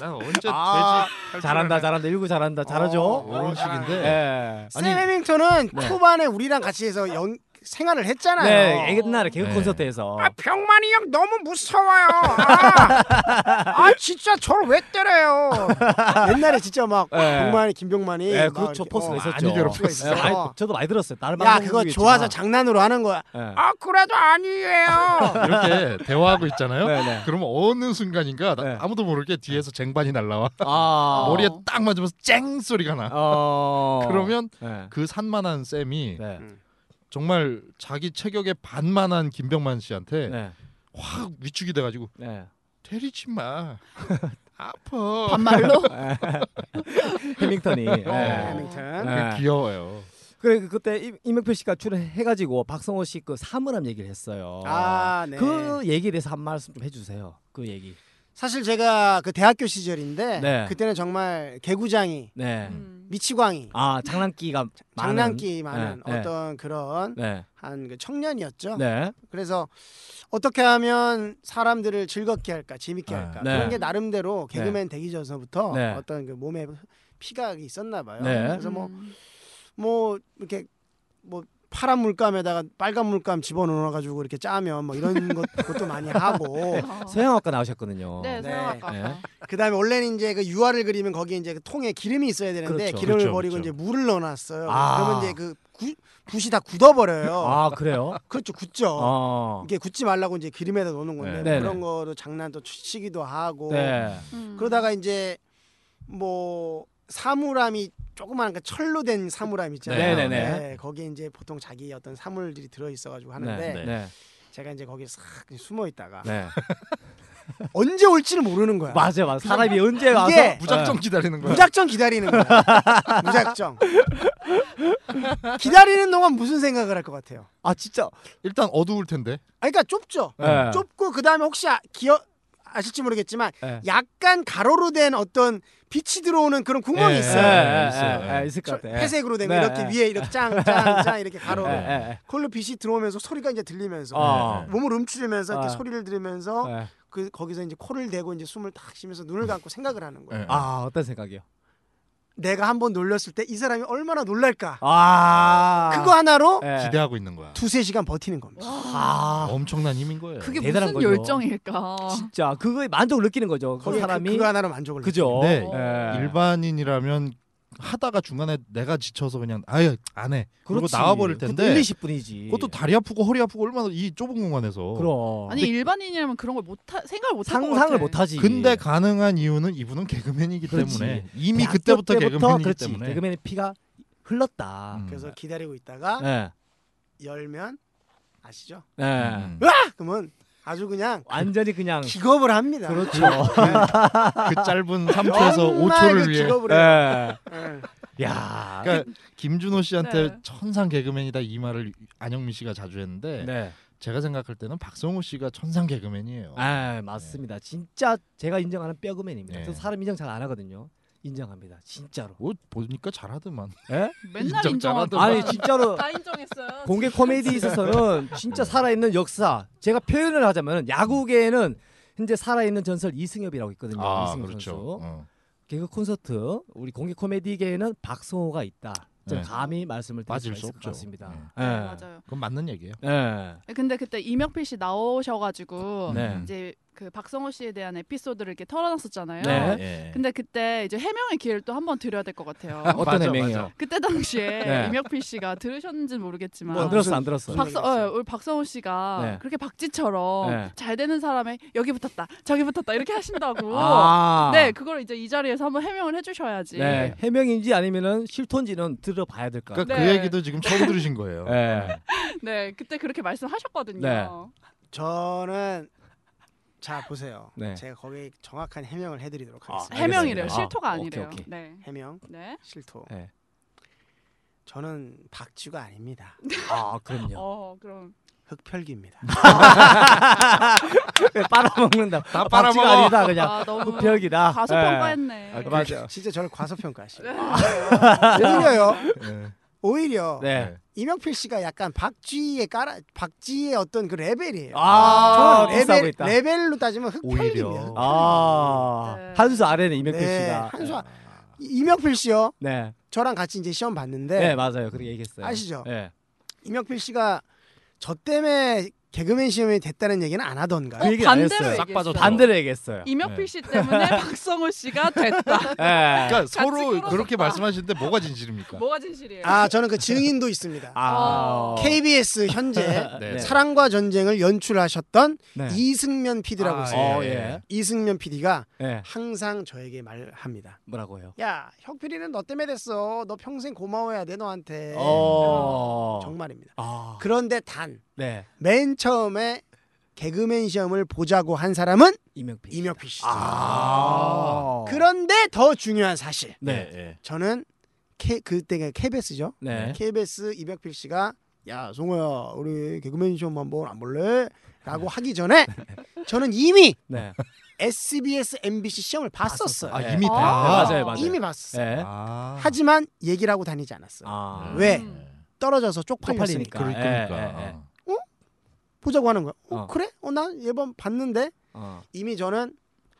Speaker 7: 나 언제
Speaker 6: 아,
Speaker 7: 되지?
Speaker 3: 잘한다 잘한다 일구 잘한다 잘하죠. 어,
Speaker 1: 이런 식인데
Speaker 3: 예.
Speaker 1: 아니-
Speaker 5: 샘 해밍턴은
Speaker 1: 네.
Speaker 5: 초반에 우리랑 같이 해서 연, 생활을 했잖아요.
Speaker 3: 네 옛날에 개그
Speaker 1: 네.
Speaker 3: 콘서트에서
Speaker 6: 아 병만이 형 너무 무서워요. 아, 아 진짜 저를 왜 때려요?
Speaker 5: [laughs] 옛날에 진짜 막
Speaker 3: 네.
Speaker 5: 병만이 김병만이
Speaker 3: 예
Speaker 5: 막
Speaker 3: 그렇죠
Speaker 5: 이렇게,
Speaker 3: 포스
Speaker 5: 어,
Speaker 3: 냈었죠.
Speaker 1: 많이 괴롭혔어.
Speaker 3: 예, 많이- 저도 많이 들었어요. 다른
Speaker 5: 야
Speaker 3: 방송국이겠지만.
Speaker 5: 그거 좋아서 장난으로 하는 거야.
Speaker 3: 예.
Speaker 6: 아 그래도 아니에요.
Speaker 1: 이렇게 대화하고 있잖아요.
Speaker 3: 네, 네.
Speaker 1: 그러면 어느 순간인가 나-
Speaker 3: 네.
Speaker 1: 아무도 모르게 뒤에서 쟁반이 날라와
Speaker 3: 아
Speaker 1: 머리에 딱 맞으면서 쨍 소리가 나.
Speaker 3: 어
Speaker 1: 그러면
Speaker 3: 네.
Speaker 1: 그 산만한 쌤이
Speaker 3: 네.
Speaker 1: 정말 자기 체격의 반만한 김병만 씨한테
Speaker 3: 네.
Speaker 1: 확 위축이 돼가지고
Speaker 3: 네.
Speaker 1: 때리지 마. 아파.
Speaker 3: [laughs]
Speaker 4: 반말로
Speaker 3: 네. 해밍턴이.
Speaker 1: 네.
Speaker 3: 예.
Speaker 5: 해밍턴.
Speaker 1: 그게 귀여워요.
Speaker 3: 그래 그- 그때 임- 임명표 씨가 출연해가지고 박성호 씨 그 사물함 얘기를 했어요.
Speaker 5: 아, 네.
Speaker 3: 그 얘기에 대해서 한 말씀 좀 해주세요. 그 얘기.
Speaker 5: 사실 제가 그 대학교 시절인데
Speaker 3: 네.
Speaker 5: 그때는 정말 개구장이,
Speaker 3: 네.
Speaker 4: 음.
Speaker 5: 미치광이,
Speaker 3: 아 장난기가 많은.
Speaker 5: 장난기 많은
Speaker 3: 네, 네.
Speaker 5: 어떤 그런
Speaker 3: 네.
Speaker 5: 한그 청년이었죠.
Speaker 3: 네.
Speaker 5: 그래서 어떻게 하면 사람들을 즐겁게 할까, 재밌게
Speaker 1: 아,
Speaker 5: 할까
Speaker 3: 네.
Speaker 5: 그런 게 나름대로
Speaker 3: 네.
Speaker 5: 개그맨 되기 전서부터
Speaker 3: 네.
Speaker 5: 어떤 그 몸에 피가 있었나 봐요.
Speaker 3: 네.
Speaker 5: 그래서 뭐 뭐
Speaker 4: 음.
Speaker 5: 이렇게 뭐 파란 물감에다가 빨간 물감 집어넣어가지고 이렇게 짜면 뭐 이런
Speaker 3: [laughs]
Speaker 5: 것, 것도 많이 하고
Speaker 4: 어.
Speaker 3: 서양학과 나오셨거든요.
Speaker 4: 네, 서양학과.
Speaker 3: 네.
Speaker 4: 아까.
Speaker 5: 그다음에 원래는 이제 그 유화를 그리면 거기에 이제 그 통에 기름이 있어야 되는데
Speaker 3: 그렇죠.
Speaker 5: 기름을
Speaker 1: 그렇죠,
Speaker 5: 버리고
Speaker 1: 그렇죠.
Speaker 5: 이제 물을 넣어놨어요.
Speaker 3: 아.
Speaker 5: 그러면 이제 그 구- 붓이 다 굳어버려요.
Speaker 3: 아 그래요?
Speaker 5: 그렇죠, 굳죠.
Speaker 3: 어.
Speaker 5: 이게 굳지 말라고 이제 기름에다 넣는 건데
Speaker 3: 네.
Speaker 5: 그런
Speaker 3: 네네.
Speaker 5: 거로 장난도 치기도 하고
Speaker 3: 네.
Speaker 4: 음.
Speaker 5: 그러다가 이제 뭐 사물함이 조그마한 그 철로 된 사물함 있잖아요.
Speaker 3: 네네네.
Speaker 5: 거기에 이제 보통 자기 어떤 사물들이 들어 있어가지고
Speaker 3: 네.
Speaker 5: 하는데
Speaker 3: 네. 네.
Speaker 5: 제가 이제 거기에 싹 숨어 있다가
Speaker 3: 네.
Speaker 5: 언제 올지를 모르는 거야.
Speaker 3: 맞아 맞아. 사람이 언제 와서 네.
Speaker 5: 이게
Speaker 1: 무작정 기다리는 거야.
Speaker 5: 무작정 기다리는 거야. 무작정. 기다리는 동안 무슨 생각을 할 것 같아요?
Speaker 3: 아 진짜.
Speaker 1: 일단 어두울 텐데.
Speaker 5: 아, 그러니까 좁죠.
Speaker 3: 네.
Speaker 5: 좁고 그 다음에 혹시 아, 기억 아실지 모르겠지만
Speaker 3: 네.
Speaker 5: 약간 가로로 된 어떤 빛이 들어오는 그런 구멍이
Speaker 1: 예,
Speaker 5: 네, 있어요.
Speaker 1: 예,
Speaker 3: 예,
Speaker 1: 있어요.
Speaker 3: 예, 예,
Speaker 1: 예.
Speaker 3: 있을 것
Speaker 5: 저-
Speaker 3: 같아.
Speaker 5: 회색으로 된거
Speaker 3: 네,
Speaker 5: 이렇게
Speaker 3: 네.
Speaker 5: 위에 이렇게
Speaker 3: [laughs]
Speaker 5: 짱짱짱 이렇게 가로로
Speaker 3: 예, 예,
Speaker 5: 그걸로 빛이 들어오면서 소리가 이제 들리면서
Speaker 3: 어.
Speaker 1: 네,
Speaker 5: 몸을 움츠리면서 이렇게
Speaker 3: 아.
Speaker 5: 소리를 들으면서
Speaker 3: 예.
Speaker 5: 그 거기서 이제 코를 대고 이제 숨을 딱 쉬면서
Speaker 3: 음.
Speaker 5: 눈을 감고 생각을 하는 거예요.
Speaker 1: 예.
Speaker 3: 아 어떤 생각이요?
Speaker 5: 내가 한번 놀렸을 때 이 사람이 얼마나 놀랄까
Speaker 3: 아
Speaker 5: 그거 하나로
Speaker 3: 예.
Speaker 1: 기대하고 있는 거야.
Speaker 5: 두세 시간 버티는 겁니다.
Speaker 3: 아
Speaker 1: 엄청난 힘인 거예요.
Speaker 4: 그게
Speaker 3: 대단한
Speaker 4: 무슨
Speaker 3: 거죠.
Speaker 4: 열정일까?
Speaker 3: 진짜 그거에 만족을 느끼는 거죠. 그
Speaker 5: 거기에 그,
Speaker 3: 사람이
Speaker 5: 그거 하나로 만족을
Speaker 3: 그죠.
Speaker 1: 네.
Speaker 3: 예.
Speaker 1: 일반인이라면 하다가 중간에 내가 지쳐서 그냥 아예 안 해. 그리고
Speaker 3: 그렇지.
Speaker 1: 나와버릴
Speaker 3: 그것도
Speaker 1: 텐데.
Speaker 3: 1, 20분이지.
Speaker 1: 그것도 다리 아프고 허리 아프고 얼마나 이 좁은 공간에서.
Speaker 3: 예. 그럼
Speaker 4: 아니 일반인이라면 그런 걸못 생각을 못
Speaker 3: 상상을 못 하지.
Speaker 1: 근데 가능한 이유는 이분은 개그맨이기
Speaker 3: 그렇지.
Speaker 1: 때문에 이미 그때부터 개그맨이기
Speaker 3: 그렇지.
Speaker 1: 때문에.
Speaker 3: 개그맨의 피가 흘렀다.
Speaker 1: 음. 네.
Speaker 5: 그래서 기다리고 있다가
Speaker 3: 예.
Speaker 5: 열면 아시죠?
Speaker 3: 예.
Speaker 1: 음.
Speaker 5: 그러면 아주 그냥
Speaker 3: 완전히 그냥
Speaker 5: 기겁을 합니다.
Speaker 3: 음.
Speaker 5: 네.
Speaker 3: 그렇죠. [laughs]
Speaker 1: 그 짧은 3초에서
Speaker 5: 정말
Speaker 1: 5초를
Speaker 5: 그
Speaker 1: 위해
Speaker 5: 기겁을 해요.
Speaker 3: 예.
Speaker 5: 네. 응.
Speaker 3: 야.
Speaker 1: 네. 그러니까 김준호 씨한테
Speaker 4: 네.
Speaker 1: 천상 개그맨이다 이 말을 안영민 씨가 자주 했는데
Speaker 3: 네.
Speaker 1: 제가 생각할 때는 박성호 씨가 천상 개그맨이에요.
Speaker 3: 아, 맞습니다. 진짜 제가 인정하는 뼈그맨입니다.
Speaker 1: 네.
Speaker 3: 저 사람 인정 잘 안 하거든요. 인정합니다. 진짜로.
Speaker 1: 뭐 보니까 잘하더만.
Speaker 3: 예?
Speaker 4: 맨날
Speaker 1: 인정
Speaker 4: 인정하더만.
Speaker 1: 잘하더만.
Speaker 3: 아니, 진짜로
Speaker 4: 다 인정했어요.
Speaker 3: 공개 코미디 있어서는 진짜
Speaker 1: 네.
Speaker 3: 살아있는 역사. 제가 표현을 하자면 야구계에는 현재 살아있는 전설 이승엽이라고 있거든요.
Speaker 1: 아
Speaker 3: 이승엽
Speaker 1: 그렇죠.
Speaker 3: 선수.
Speaker 1: 어.
Speaker 3: 개그 콘서트 우리 공개 코미디계에는 박성호가 있다. 제가
Speaker 1: 네.
Speaker 3: 감히 말씀을 드릴 수
Speaker 1: 빠질 수
Speaker 3: 있을 것
Speaker 1: 없죠.
Speaker 3: 같습니다.
Speaker 4: 네, 맞아요. 네,
Speaker 1: 그건 맞는 얘기예요.
Speaker 3: 예.
Speaker 4: 근데 그때 이명필 씨 나오셔가지고
Speaker 3: 네.
Speaker 4: 이제 그 박성호 씨에 대한 에피소드를 이렇게 털어놨었잖아요.
Speaker 3: 네.
Speaker 1: 예.
Speaker 4: 근데 그때 이제 해명의 기회를 또 한 번 드려야 될 것 같아요.
Speaker 3: [laughs] 어떤
Speaker 1: 맞아,
Speaker 3: 해명이요?
Speaker 4: 그때 당시에
Speaker 3: 네.
Speaker 4: 이명필 씨가 들으셨는지 는 모르겠지만
Speaker 3: 안 들었어, 안 들었어.
Speaker 5: 무슨
Speaker 4: 박서,
Speaker 5: 얘기했어요?
Speaker 4: 어, 우리 박성호 씨가
Speaker 3: 네.
Speaker 4: 그렇게 박쥐처럼
Speaker 3: 네.
Speaker 4: 잘 되는 사람의 여기 붙었다, 저기 붙었다 이렇게 하신다고.
Speaker 3: 아.
Speaker 4: 네, 그걸 이제 이 자리에서 한번 해명을 해주셔야지.
Speaker 3: 네. 해명인지 아니면은 실토인지는 들어봐야 될 것 같아요.
Speaker 1: 그러니까
Speaker 4: 네.
Speaker 1: 그 얘기도 지금 처음 들으신 거예요.
Speaker 3: 예.
Speaker 4: 네, 그때 그렇게 말씀하셨거든요.
Speaker 3: 네.
Speaker 5: 저는 자 보세요.
Speaker 3: 네.
Speaker 5: 제가 거기에 정확한 해명을 해드리도록 하겠습니다.
Speaker 3: 알겠습니다.
Speaker 4: 해명이래요.
Speaker 3: 아,
Speaker 4: 실토가
Speaker 3: 오케이,
Speaker 4: 아니래요.
Speaker 3: 오케이.
Speaker 4: 네,
Speaker 5: 해명
Speaker 4: 네.
Speaker 5: 실토.
Speaker 3: 네.
Speaker 5: 저는 박쥐가 아닙니다.
Speaker 3: 아, 그럼요.
Speaker 4: 어, 그럼
Speaker 5: 흑펼기입니다.
Speaker 3: 빨아먹는다.
Speaker 1: 다
Speaker 3: 박쥐가
Speaker 1: 빨아먹어.
Speaker 3: 아니다 그냥.
Speaker 4: 아, 너무
Speaker 3: 흑벽이다.
Speaker 4: 과소평가했네. 네.
Speaker 3: 예.
Speaker 5: [laughs]
Speaker 3: 맞아. 아,
Speaker 5: 진짜 저를 과소평가하시네. 오히려요.
Speaker 1: 예.
Speaker 5: 오히려
Speaker 3: 네.
Speaker 5: 이명필 씨가 약간 박쥐의 깔아 박쥐의 어떤 그 레벨이에요.
Speaker 3: 아,
Speaker 5: 저는
Speaker 3: 비슷하고
Speaker 5: 레벨
Speaker 3: 있다.
Speaker 5: 레벨로 따지면
Speaker 1: 오히려.
Speaker 5: 흑팔님이에요.
Speaker 3: 아,
Speaker 4: 네.
Speaker 3: 한수 아래는 이명필
Speaker 5: 네,
Speaker 3: 씨가.
Speaker 5: 한수 아- 이- 이명필 씨요.
Speaker 3: 네.
Speaker 5: 저랑 같이 이제 시험 봤는데
Speaker 3: 네. 맞아요. 그렇게 얘기했어요.
Speaker 5: 아시죠?
Speaker 3: 네.
Speaker 5: 이명필 씨가 저 때문에 개그맨 시험이 됐다는 얘기는 안 하던가요?
Speaker 3: 그 얘기는 안
Speaker 4: 반대로
Speaker 3: 했어요.
Speaker 7: 싹
Speaker 4: 얘기했어요.
Speaker 7: 빠졌죠.
Speaker 3: 반대로 얘기했어요.
Speaker 7: 네.
Speaker 4: 이명필 씨
Speaker 3: [laughs]
Speaker 4: 때문에 박성호 씨가 됐다.
Speaker 3: 네.
Speaker 7: 그러니까 서로
Speaker 4: 끌어줬다.
Speaker 7: 그렇게 말씀하시는데 뭐가 진실입니까?
Speaker 4: 뭐가 진실이에요?
Speaker 5: 아 저는 그 증인도 있습니다.
Speaker 3: 아.
Speaker 7: [laughs]
Speaker 5: KBS 현재
Speaker 7: 네.
Speaker 5: 사랑과 전쟁을 연출하셨던
Speaker 3: 네.
Speaker 5: 이승면 PD라고
Speaker 7: 아,
Speaker 5: 있어요.
Speaker 3: 어,
Speaker 7: 예. 네.
Speaker 3: 예.
Speaker 5: 이승면 PD가
Speaker 3: 예.
Speaker 5: 항상 저에게 말합니다.
Speaker 3: 뭐라고요?
Speaker 5: 야 혁필이는 너 때문에 됐어. 너 평생 고마워해야 돼 너한테.
Speaker 3: 네.
Speaker 7: 어.
Speaker 3: 어.
Speaker 5: 정말입니다.
Speaker 3: 아.
Speaker 5: 그런데 단 맨
Speaker 3: 네.
Speaker 5: 처음에 개그맨 시험을 보자고 한 사람은
Speaker 3: 이명필.
Speaker 5: 이명필 씨.
Speaker 3: 아.
Speaker 5: 그런데 더 중요한 사실.
Speaker 3: 네.
Speaker 7: 예.
Speaker 5: 저는 K, 그때가 KBS죠.
Speaker 3: 네.
Speaker 5: KBS 이병필 씨가 야 송호야 우리 개그맨 시험 한번 안 볼래? 라고 하기 전에 저는 이미
Speaker 3: 네.
Speaker 5: SBS, MBC 시험을 봤었어요.
Speaker 3: 아,
Speaker 1: 아,
Speaker 3: 예.
Speaker 1: 이미
Speaker 4: 아.
Speaker 1: 다.
Speaker 3: 맞아요, 맞아요.
Speaker 5: 이미 봤었어요.
Speaker 3: 예.
Speaker 1: 아.
Speaker 5: 하지만 얘기를 하고 다니지 않았어요.
Speaker 3: 아.
Speaker 7: 음.
Speaker 5: 왜?
Speaker 4: 음.
Speaker 5: 떨어져서 쪽팔리니까
Speaker 3: 쪽팔리니까.
Speaker 1: 그러- 그러니까.
Speaker 3: 예, 예, 예.
Speaker 5: 보자고 하는 거야. 어,
Speaker 3: 어.
Speaker 5: 그래? 어, 나 예번 봤는데
Speaker 3: 어.
Speaker 5: 이미 저는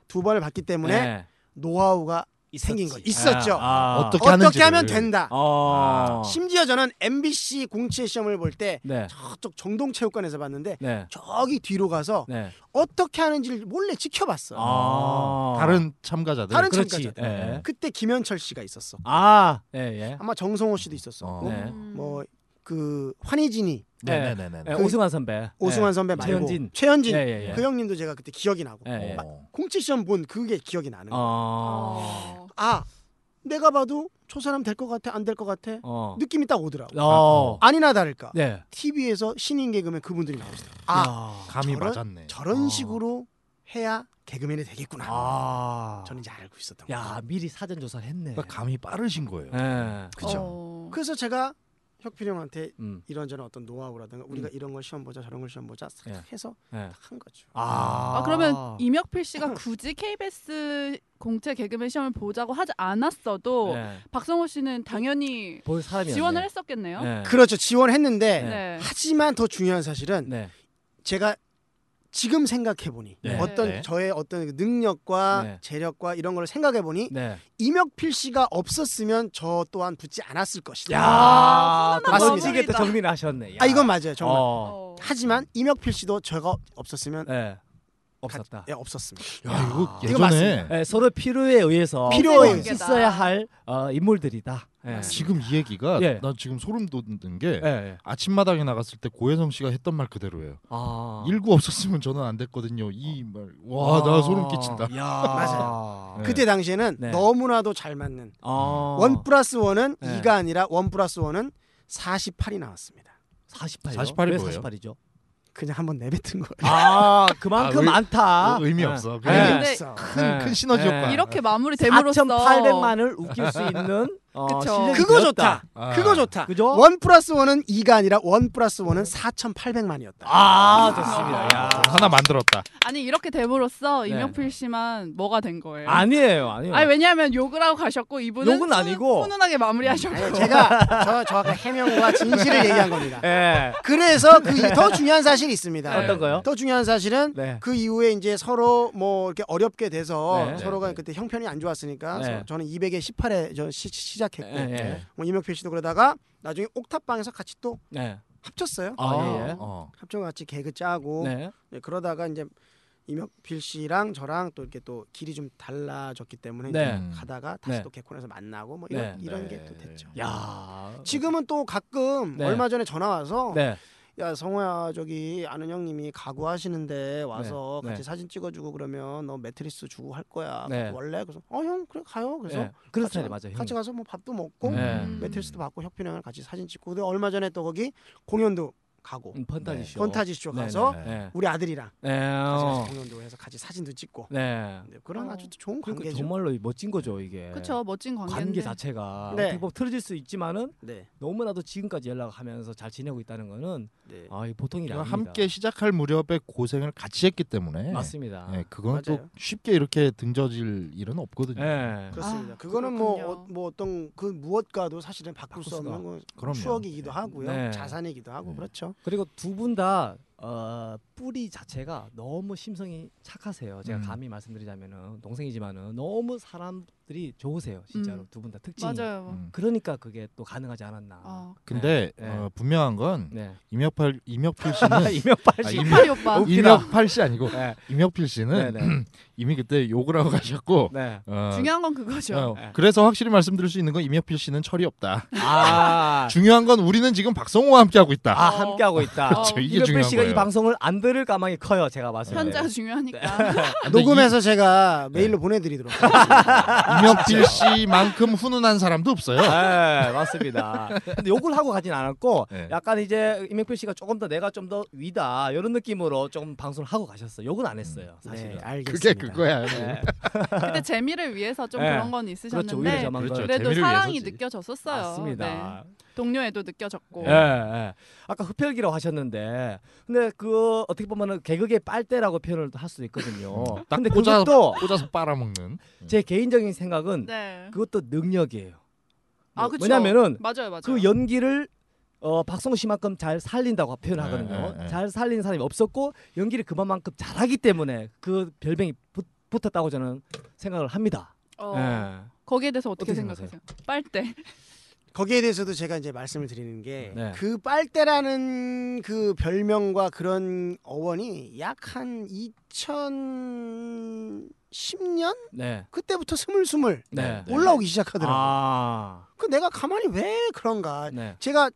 Speaker 5: 두 번을 봤기 때문에
Speaker 3: 네.
Speaker 5: 노하우가 생긴 거 있었죠.
Speaker 3: 아. 아.
Speaker 1: 어떻게
Speaker 5: 어떻게
Speaker 1: 하는지를.
Speaker 5: 하면 된다.
Speaker 3: 어.
Speaker 5: 심지어 저는 MBC 공채 시험을 볼 때
Speaker 3: 네.
Speaker 5: 저쪽 정동체육관에서 봤는데
Speaker 3: 네.
Speaker 5: 저기 뒤로 가서
Speaker 3: 네.
Speaker 5: 어떻게 하는지를 몰래 지켜봤어요.
Speaker 3: 아.
Speaker 1: 다른 참가자들.
Speaker 5: 다른
Speaker 3: 그렇지.
Speaker 5: 참가자.
Speaker 3: 예.
Speaker 5: 그때 김현철 씨가 있었어.
Speaker 3: 아. 예, 예.
Speaker 5: 아마 정성호 씨도 있었어. 뭐,
Speaker 1: 어.
Speaker 3: 네.
Speaker 4: 음.
Speaker 5: 뭐그 환희진이
Speaker 1: 네, 네, 네,
Speaker 3: 예,
Speaker 1: 네.
Speaker 3: 오승환 선배.
Speaker 5: 그 오승환 선배 말고
Speaker 3: 네. 최현진.
Speaker 5: 최현진
Speaker 3: 예, 예, 예.
Speaker 5: 그 형님도 제가 그때 기억이 나고
Speaker 3: 예, 예.
Speaker 1: 어.
Speaker 5: 공채 시험 본 그게 기억이 나는 거야.
Speaker 3: 어.
Speaker 5: 아 내가 봐도 저 사람 될 것 같아 안 될 것 같아
Speaker 3: 어.
Speaker 5: 느낌이 딱 오더라고.
Speaker 3: 어.
Speaker 5: 아니나 다를까
Speaker 3: 네.
Speaker 5: TV에서 신인 개그맨 그분들이 나오시더라고. 아
Speaker 3: 아.
Speaker 1: 감이
Speaker 5: 저런-
Speaker 1: 맞았네.
Speaker 5: 저런
Speaker 3: 어.
Speaker 5: 식으로 해야 개그맨이 되겠구나.
Speaker 3: 아.
Speaker 5: 저는 이제 알고 있었던 거예요.
Speaker 3: 야, 미리 사전 조사를 했네.
Speaker 1: 그러니까 감이 빠르신 거예요.
Speaker 3: 예.
Speaker 5: 그쵸.
Speaker 4: 어.
Speaker 5: 그래서 제가 혁필 형한테
Speaker 3: 음.
Speaker 5: 이런저런 어떤 노하우라든가 우리가 이런 걸 시험 보자 저런 걸 시험 보자 싹
Speaker 3: 예.
Speaker 5: 해서
Speaker 3: 예.
Speaker 5: 딱 한 거죠.
Speaker 3: 음. 아.
Speaker 4: 아, 그러면 이명필 씨가 굳이 KBS 공채 개그맨 시험을 보자고 하지 않았어도
Speaker 3: 예.
Speaker 4: 박성호 씨는 당연히
Speaker 3: 볼 사람이
Speaker 4: 뭐 지원을 했었겠네요.
Speaker 3: 네.
Speaker 5: 그렇죠. 지원했는데
Speaker 4: 네.
Speaker 5: 하지만 더 중요한 사실은
Speaker 3: 네.
Speaker 5: 제가 지금 생각해 보니
Speaker 3: 네.
Speaker 5: 어떤
Speaker 7: 네.
Speaker 5: 저의 어떤 그 능력과
Speaker 3: 네.
Speaker 5: 재력과 이런 걸 생각해 보니
Speaker 3: 네.
Speaker 5: 이명필 씨가 없었으면 저 또한 붙지 않았을 것이다.
Speaker 3: 야,
Speaker 5: 맞습니다.
Speaker 3: 멋지게 또 정리를 하셨네. 야.
Speaker 5: 아 이건 맞아요.
Speaker 3: 어.
Speaker 5: 정말.
Speaker 4: 어.
Speaker 5: 하지만 이명필 씨도 제가 없었으면
Speaker 3: 예. 없었다. 아,
Speaker 5: 예, 없었습니다.
Speaker 1: 야,
Speaker 4: 어.
Speaker 1: 이거
Speaker 5: 이거
Speaker 1: 예전에
Speaker 3: 예, 서로 필요에 의해서
Speaker 5: 필요에
Speaker 3: 꼭 있어야 할 어, 인물들이다. 예.
Speaker 1: 지금 이 얘기가
Speaker 3: 예.
Speaker 1: 나 지금 소름 돋는 게
Speaker 3: 예, 예.
Speaker 1: 아침마당에 나갔을 때 고혜성 씨가 했던 말 그대로예요.
Speaker 3: 아.
Speaker 1: 일구 없었으면 저는 안 됐거든요. 이 말. 와, 아, 나 소름 끼친다.
Speaker 3: 아, 야.
Speaker 5: 맞아요.
Speaker 1: 네.
Speaker 5: 그때 당시에는
Speaker 3: 네.
Speaker 5: 너무나도 잘 맞는
Speaker 3: 아.
Speaker 5: 원 플러스 원은
Speaker 3: 네.
Speaker 5: 이가 아니라 원 플러스 원은 48이 나왔습니다.
Speaker 3: 48.
Speaker 1: 48이
Speaker 3: 왜
Speaker 1: 뭐예요?
Speaker 3: 48이죠?
Speaker 5: 그냥 한번 내뱉은 거예요.
Speaker 3: 아, 그만큼
Speaker 1: 아, 의-
Speaker 3: 많다.
Speaker 1: 뭐 의미 없어.
Speaker 3: 네.
Speaker 1: 그냥
Speaker 4: 근데
Speaker 5: 있어.
Speaker 1: 큰,
Speaker 3: 네.
Speaker 1: 큰 시너지
Speaker 3: 네.
Speaker 1: 효과.
Speaker 4: 이렇게 마무리됨으로써
Speaker 3: 4,800만을 웃길 수
Speaker 4: [laughs]
Speaker 3: 있는 어,
Speaker 4: 그쵸.
Speaker 3: 실력이
Speaker 5: 그거
Speaker 3: 되었다.
Speaker 5: 좋다.
Speaker 1: [laughs] 아.
Speaker 5: 그거 네. 좋다.
Speaker 3: 그죠?
Speaker 5: 원 플러스 원은 이가 아니라 원 플러스 원은 4,800만이었다.
Speaker 3: 아, 좋습니다. 야.
Speaker 1: 하나 만들었다.
Speaker 4: 아니 이렇게 됨으로써
Speaker 3: 네.
Speaker 4: 이명필 씨만 뭐가 된 거예요?
Speaker 3: 아니에요. 아니에요.
Speaker 4: 아니, 왜냐하면 욕을 하고 가셨고 이분은
Speaker 3: 욕은 아니고.
Speaker 4: 훈훈하게 마무리하셨고
Speaker 5: 아니,
Speaker 3: [laughs]
Speaker 5: 제가 저, 저 아까 해명과 진실을 얘기한 겁니다.
Speaker 3: 예.
Speaker 5: 그래서 그 더 중요한 사실이
Speaker 1: 네.
Speaker 5: 있습니다.
Speaker 3: 네. 어떤 거요?
Speaker 5: 더 중요한 사실은
Speaker 3: 네.
Speaker 5: 그 이후에 이제 서로 뭐 이렇게 어렵게 돼서
Speaker 3: 네.
Speaker 5: 서로가
Speaker 1: 네.
Speaker 5: 그때 형편이 안 좋았으니까
Speaker 3: 네.
Speaker 5: 서- 저는 200에 18에 저 시, 작했고
Speaker 3: 예, 예.
Speaker 5: 뭐 이명필 씨도 그러다가 나중에 옥탑방에서 같이 또
Speaker 3: 네.
Speaker 5: 합쳤어요.
Speaker 3: 아, 예, 예.
Speaker 1: 어.
Speaker 5: 합쳐 같이 개그 짜고
Speaker 3: 네.
Speaker 5: 네, 그러다가 이제 이명필 씨랑 저랑 또 이렇게 또 길이 좀 달라졌기 때문에
Speaker 3: 네.
Speaker 5: 이제 가다가 다시
Speaker 3: 네.
Speaker 5: 또 개콘에서 만나고 뭐 이런
Speaker 3: 네.
Speaker 5: 이런
Speaker 1: 네.
Speaker 5: 게 또 됐죠.
Speaker 3: 야.
Speaker 5: 지금은 또 가끔
Speaker 3: 네.
Speaker 5: 얼마 전에 전화 와서
Speaker 3: 네.
Speaker 5: 야 성호야 저기 아는 형님이 가구 하시는데 와서
Speaker 3: 네. 네.
Speaker 5: 같이 사진 찍어주고 그러면 너 매트리스 주고 할 거야
Speaker 3: 네.
Speaker 5: 원래 그래서 어 형 그래 가요 그래서
Speaker 3: 예. 그런
Speaker 5: 같이,
Speaker 3: 스타일이
Speaker 5: 가-
Speaker 3: 맞아요.
Speaker 5: 같이
Speaker 3: 형님.
Speaker 5: 가서 뭐 밥도 먹고
Speaker 3: 어.
Speaker 1: 네.
Speaker 3: 음.
Speaker 5: 매트리스도 받고 협빈형을 같이 사진 찍고 근데 얼마 전에 또 거기 공연도 가고
Speaker 3: 음,
Speaker 1: 네.
Speaker 3: 판타지쇼.
Speaker 5: 펀타지쇼
Speaker 3: 네,
Speaker 5: 가서
Speaker 3: 네. 네.
Speaker 5: 우리 아들이랑
Speaker 3: 네.
Speaker 5: 같이 가서
Speaker 3: 어.
Speaker 5: 공연도 해서 같이 사진도 찍고
Speaker 3: 네.
Speaker 5: 네, 그런
Speaker 4: 어.
Speaker 5: 아주 좋은
Speaker 3: 그러니까
Speaker 5: 관계죠.
Speaker 3: 정말로 멋진 거죠 이게.
Speaker 4: 그쵸 멋진 관계인데.
Speaker 3: 관계 자체가
Speaker 5: 네.
Speaker 3: 어떻게 보면 틀어질 수 있지만은
Speaker 5: 네,
Speaker 3: 너무나도 지금까지 연락하면서 잘 지내고 있다는 거는
Speaker 5: 네.
Speaker 3: 아, 이 보통이 아닙니다. 네.
Speaker 1: 함께 시작할 무렵에 고생을 같이 했기 때문에
Speaker 3: 맞습니다.
Speaker 1: 예, 그건 또
Speaker 5: 맞아요.
Speaker 1: 쉽게 이렇게 등져질 일은 없거든요.
Speaker 3: 예.
Speaker 5: 그렇습니다.
Speaker 4: 아,
Speaker 5: 그거는 뭐,
Speaker 4: 그렇군요.
Speaker 5: 어, 뭐 어떤 그 무엇과도 사실은 바꿀 수
Speaker 3: 바꿀 수가
Speaker 5: 없는 건
Speaker 1: 그럼요.
Speaker 5: 추억이기도 하고요,
Speaker 3: 네.
Speaker 5: 자산이기도 하고
Speaker 1: 네.
Speaker 5: 그렇죠.
Speaker 3: 그리고 두 분 다 어, 뿌리 자체가 너무 심성이 착하세요. 제가
Speaker 1: 음.
Speaker 3: 감히 말씀드리자면은 동생이지만은 너무 사람들이 좋으세요. 진짜로
Speaker 4: 음.
Speaker 3: 두 분 다 특징이.
Speaker 4: 맞아요.
Speaker 1: 음.
Speaker 3: 그러니까 그게 또 가능하지 않았나.
Speaker 4: 아.
Speaker 1: 근데
Speaker 3: 네.
Speaker 1: 어, 분명한 건
Speaker 3: 네.
Speaker 1: 임혁팔 임혁필 씨는
Speaker 3: [laughs] 이명팔
Speaker 1: 음. 아,
Speaker 3: 씨.
Speaker 1: 임-
Speaker 4: 파리 오빠.
Speaker 1: 임혁팔 씨 아니고
Speaker 3: 네.
Speaker 1: 임혁필 씨는
Speaker 3: 네, 네.
Speaker 1: 이미 그때 욕을 하고 가셨고
Speaker 3: 네.
Speaker 1: 어,
Speaker 4: 중요한 건 그거죠.
Speaker 1: 어,
Speaker 3: 네.
Speaker 1: 그래서 확실히 말씀드릴 수 있는 건 임혁필 씨는 철이 없다.
Speaker 3: 아.
Speaker 1: 중요한 건 우리는 지금 박성호와 함께 하고 있다.
Speaker 3: 아,
Speaker 4: 어.
Speaker 3: 함께 하고 있다.
Speaker 4: 어.
Speaker 1: [laughs] 그렇죠. 이게
Speaker 3: 이명필
Speaker 1: 중요한
Speaker 3: 씨가
Speaker 1: 거예요.
Speaker 3: 이 방송을 안 들을 가망이 커요. 제가 봤을 때.
Speaker 4: 현자가 중요하니까. [laughs]
Speaker 3: 아,
Speaker 1: 근데
Speaker 5: 녹음해서 제가
Speaker 3: 네. [laughs]
Speaker 5: 메일로 보내드리도록
Speaker 1: 이- 임혁필 씨만큼 훈훈한 사람도 없어요.
Speaker 3: 네, 맞습니다. 근데 욕을 하고 가진 않았고
Speaker 1: 네.
Speaker 3: 약간 이제 이명필 씨가 조금 더 내가 좀 더 위다 이런 느낌으로 조금 방송을 하고 가셨어. 요 욕은 안 했어요,
Speaker 1: 음.
Speaker 3: 사실은.
Speaker 5: 네, 알겠습니다.
Speaker 1: 그게 그거야.
Speaker 4: 아,
Speaker 3: 네.
Speaker 4: 근데 재미를 위해서 좀
Speaker 3: 예.
Speaker 4: 그런 건
Speaker 3: 그렇죠. 오히려
Speaker 4: 있으셨는데
Speaker 3: 저만
Speaker 1: 그렇죠.
Speaker 3: 걸.
Speaker 4: 네, 그래도
Speaker 1: 재미를
Speaker 4: 사랑이
Speaker 1: 위해서지.
Speaker 4: 느껴졌었어요.
Speaker 3: 맞습니다.
Speaker 4: 네. 동료애도 느껴졌고.
Speaker 3: 예, 예. 아까 흡혈귀라고 하셨는데, 근데 그 어떻게 보면은 개그의 빨대라고 표현을 할 수도 있거든요.
Speaker 1: 음. 딱 음.
Speaker 3: 근데
Speaker 1: 꽂아-
Speaker 3: 그것도
Speaker 1: 꽂아서 빨아먹는.
Speaker 3: 제 개인적인 생각은
Speaker 4: 네.
Speaker 3: 그것도 능력이에요.
Speaker 4: 아, 그쵸.
Speaker 3: 왜냐면은
Speaker 4: 맞아요, 맞아요.
Speaker 3: 그 연기를 어, 박성우 씨만큼 잘 살린다고 표현하거든요.
Speaker 1: 네, 네, 네.
Speaker 3: 잘 살린 사람이 없었고 연기를 그만큼 잘하기 때문에 그 별명이 붙, 붙었다고 저는 생각을 합니다.
Speaker 4: 어,
Speaker 3: 예.
Speaker 4: 거기에 대해서 어떻게,
Speaker 3: 어떻게
Speaker 4: 생각하세요? 빨대.
Speaker 5: 거기에 대해서도 제가 이제 말씀을 드리는 게 그
Speaker 3: 네.
Speaker 5: 빨대라는 그 별명과 그런 어원이 약 한 2010년
Speaker 3: 네.
Speaker 5: 그때부터 스물스물
Speaker 3: 네.
Speaker 1: 네.
Speaker 5: 올라오기 시작하더라고요.
Speaker 3: 아.
Speaker 5: 그 내가 가만히 왜 그런가?
Speaker 3: 네.
Speaker 5: 제가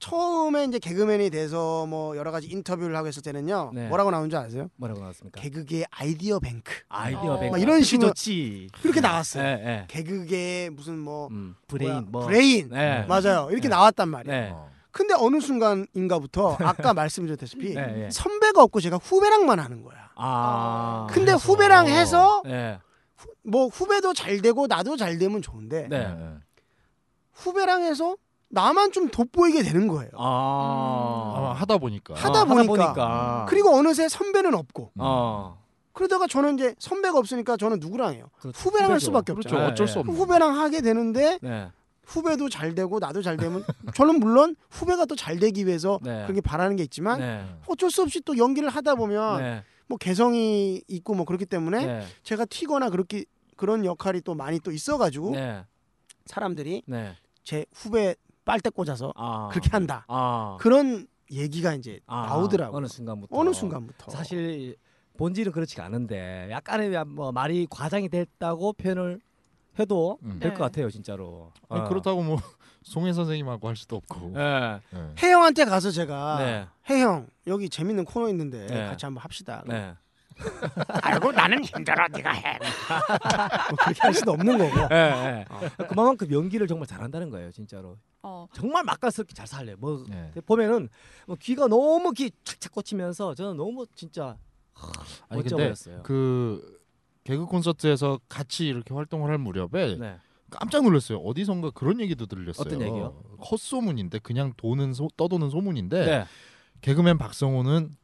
Speaker 5: 처음에 이제 개그맨이 돼서 뭐 여러 가지 인터뷰를 하고 했을 때는요.
Speaker 3: 네. 그러니까.
Speaker 5: 뭐라고 나온 줄 아세요?
Speaker 3: 뭐라고 나왔습니까?
Speaker 5: 개그계 아이디어 뱅크
Speaker 3: 아이디어
Speaker 4: 어.
Speaker 3: 뱅크.
Speaker 4: 막
Speaker 5: 이런 식으로-
Speaker 3: 좋지.
Speaker 5: 그렇게
Speaker 3: 예,
Speaker 5: 나왔어요.
Speaker 3: 예.
Speaker 5: 개그계 무슨 뭐
Speaker 3: 음,
Speaker 5: 뭐야,
Speaker 3: 브레인 뭐.
Speaker 5: 브레인 음,
Speaker 3: 네.
Speaker 5: 맞아요. 이렇게
Speaker 3: 네.
Speaker 5: 나왔단 말이에요.
Speaker 3: 네.
Speaker 1: 어.
Speaker 5: 근데 어느
Speaker 3: [laughs]
Speaker 5: 순간인가부터 아까 말씀드렸다시피
Speaker 3: 네, 네.
Speaker 5: 선배가 없고 제가 후배랑만 하는 거야.
Speaker 3: 아.
Speaker 5: 근데 후배랑 해서
Speaker 3: 네.
Speaker 5: 후- 뭐 후배도 잘 되고 나도 잘 되면 좋은데
Speaker 3: 네.
Speaker 5: 후배랑 해서 나만 좀 돋보이게 되는 거예요.
Speaker 1: 아마
Speaker 3: 아.
Speaker 1: 하다 보니까.
Speaker 5: 하다
Speaker 3: 아,
Speaker 5: 보니까.
Speaker 3: 보니까.
Speaker 5: 그리고 어느새 선배는 없고
Speaker 3: 어.
Speaker 5: 그러다가 저는 이제 선배가 없으니까 저는 누구랑 해요.
Speaker 3: 그렇죠.
Speaker 5: 후배랑 할
Speaker 3: 후배죠.
Speaker 5: 수밖에 없죠.
Speaker 1: 그렇죠.
Speaker 3: 네,
Speaker 1: 어쩔
Speaker 3: 네.
Speaker 1: 수 없는.
Speaker 5: 후배랑 하게 되는데
Speaker 3: 네.
Speaker 5: 후배도 잘 되고 나도 잘
Speaker 3: [laughs]
Speaker 5: 되면 저는 물론 후배가 또 잘 되기 위해서
Speaker 3: 네.
Speaker 5: 그렇게 바라는 게 있지만
Speaker 3: 네.
Speaker 5: 어쩔 수 없이 또 연기를 하다 보면
Speaker 3: 네.
Speaker 5: 뭐 개성이 있고 뭐 그렇기 때문에
Speaker 3: 네.
Speaker 5: 제가 튀거나 그렇게 그런 역할이 또 많이 또 있어가지고
Speaker 3: 네.
Speaker 5: 사람들이
Speaker 3: 네.
Speaker 5: 제 후배 빨대 꽂아서
Speaker 3: 아.
Speaker 5: 그렇게 한다
Speaker 3: 아.
Speaker 5: 그런 얘기가 이제
Speaker 3: 아,
Speaker 5: 나오더라고 요
Speaker 3: 어느 순간부터.
Speaker 5: 어느 순간부터
Speaker 3: 사실 본질은 그렇지가 않은데 약간의 뭐 말이 과장이 됐다고 표현을 해도
Speaker 1: 음.
Speaker 3: 될 것
Speaker 4: 네.
Speaker 3: 같아요, 진짜로.
Speaker 1: 아니,
Speaker 3: 어.
Speaker 1: 그렇다고 뭐 [laughs] 송혜 선생님하고 할 수도 없고.
Speaker 3: 예.
Speaker 1: 예.
Speaker 5: 혜영한테 가서 제가
Speaker 3: 네.
Speaker 5: 혜영 여기 재밌는 코너 있는데
Speaker 3: 네.
Speaker 5: 같이 한번 합시다
Speaker 3: 네.
Speaker 6: 아이고 나는 힘들어 네가 해.
Speaker 5: 뭐 그렇게 할 수도 없는 거고
Speaker 3: 예. 예. 그만큼 연기를 정말 잘한다는 거예요, 진짜로.
Speaker 4: 어.
Speaker 3: 정말 맛깔스럽게 잘 살래. 뭐
Speaker 1: 네.
Speaker 3: 보면은 뭐 귀가 너무 귀 착착 꽂히면서 저는 너무 진짜
Speaker 1: 아니
Speaker 3: 멋져
Speaker 1: 근데
Speaker 3: 보였어요.
Speaker 1: 그 개그 콘서트에서 같이 이렇게 활동을 할 무렵에
Speaker 3: 네.
Speaker 1: 깜짝 놀랐어요. 어디선가 그런 얘기도 들렸어요.
Speaker 3: 어떤 얘기요?
Speaker 1: 헛소문인데 그냥 도는 소, 떠도는 소문인데
Speaker 3: 네.
Speaker 1: 개그맨 박성호는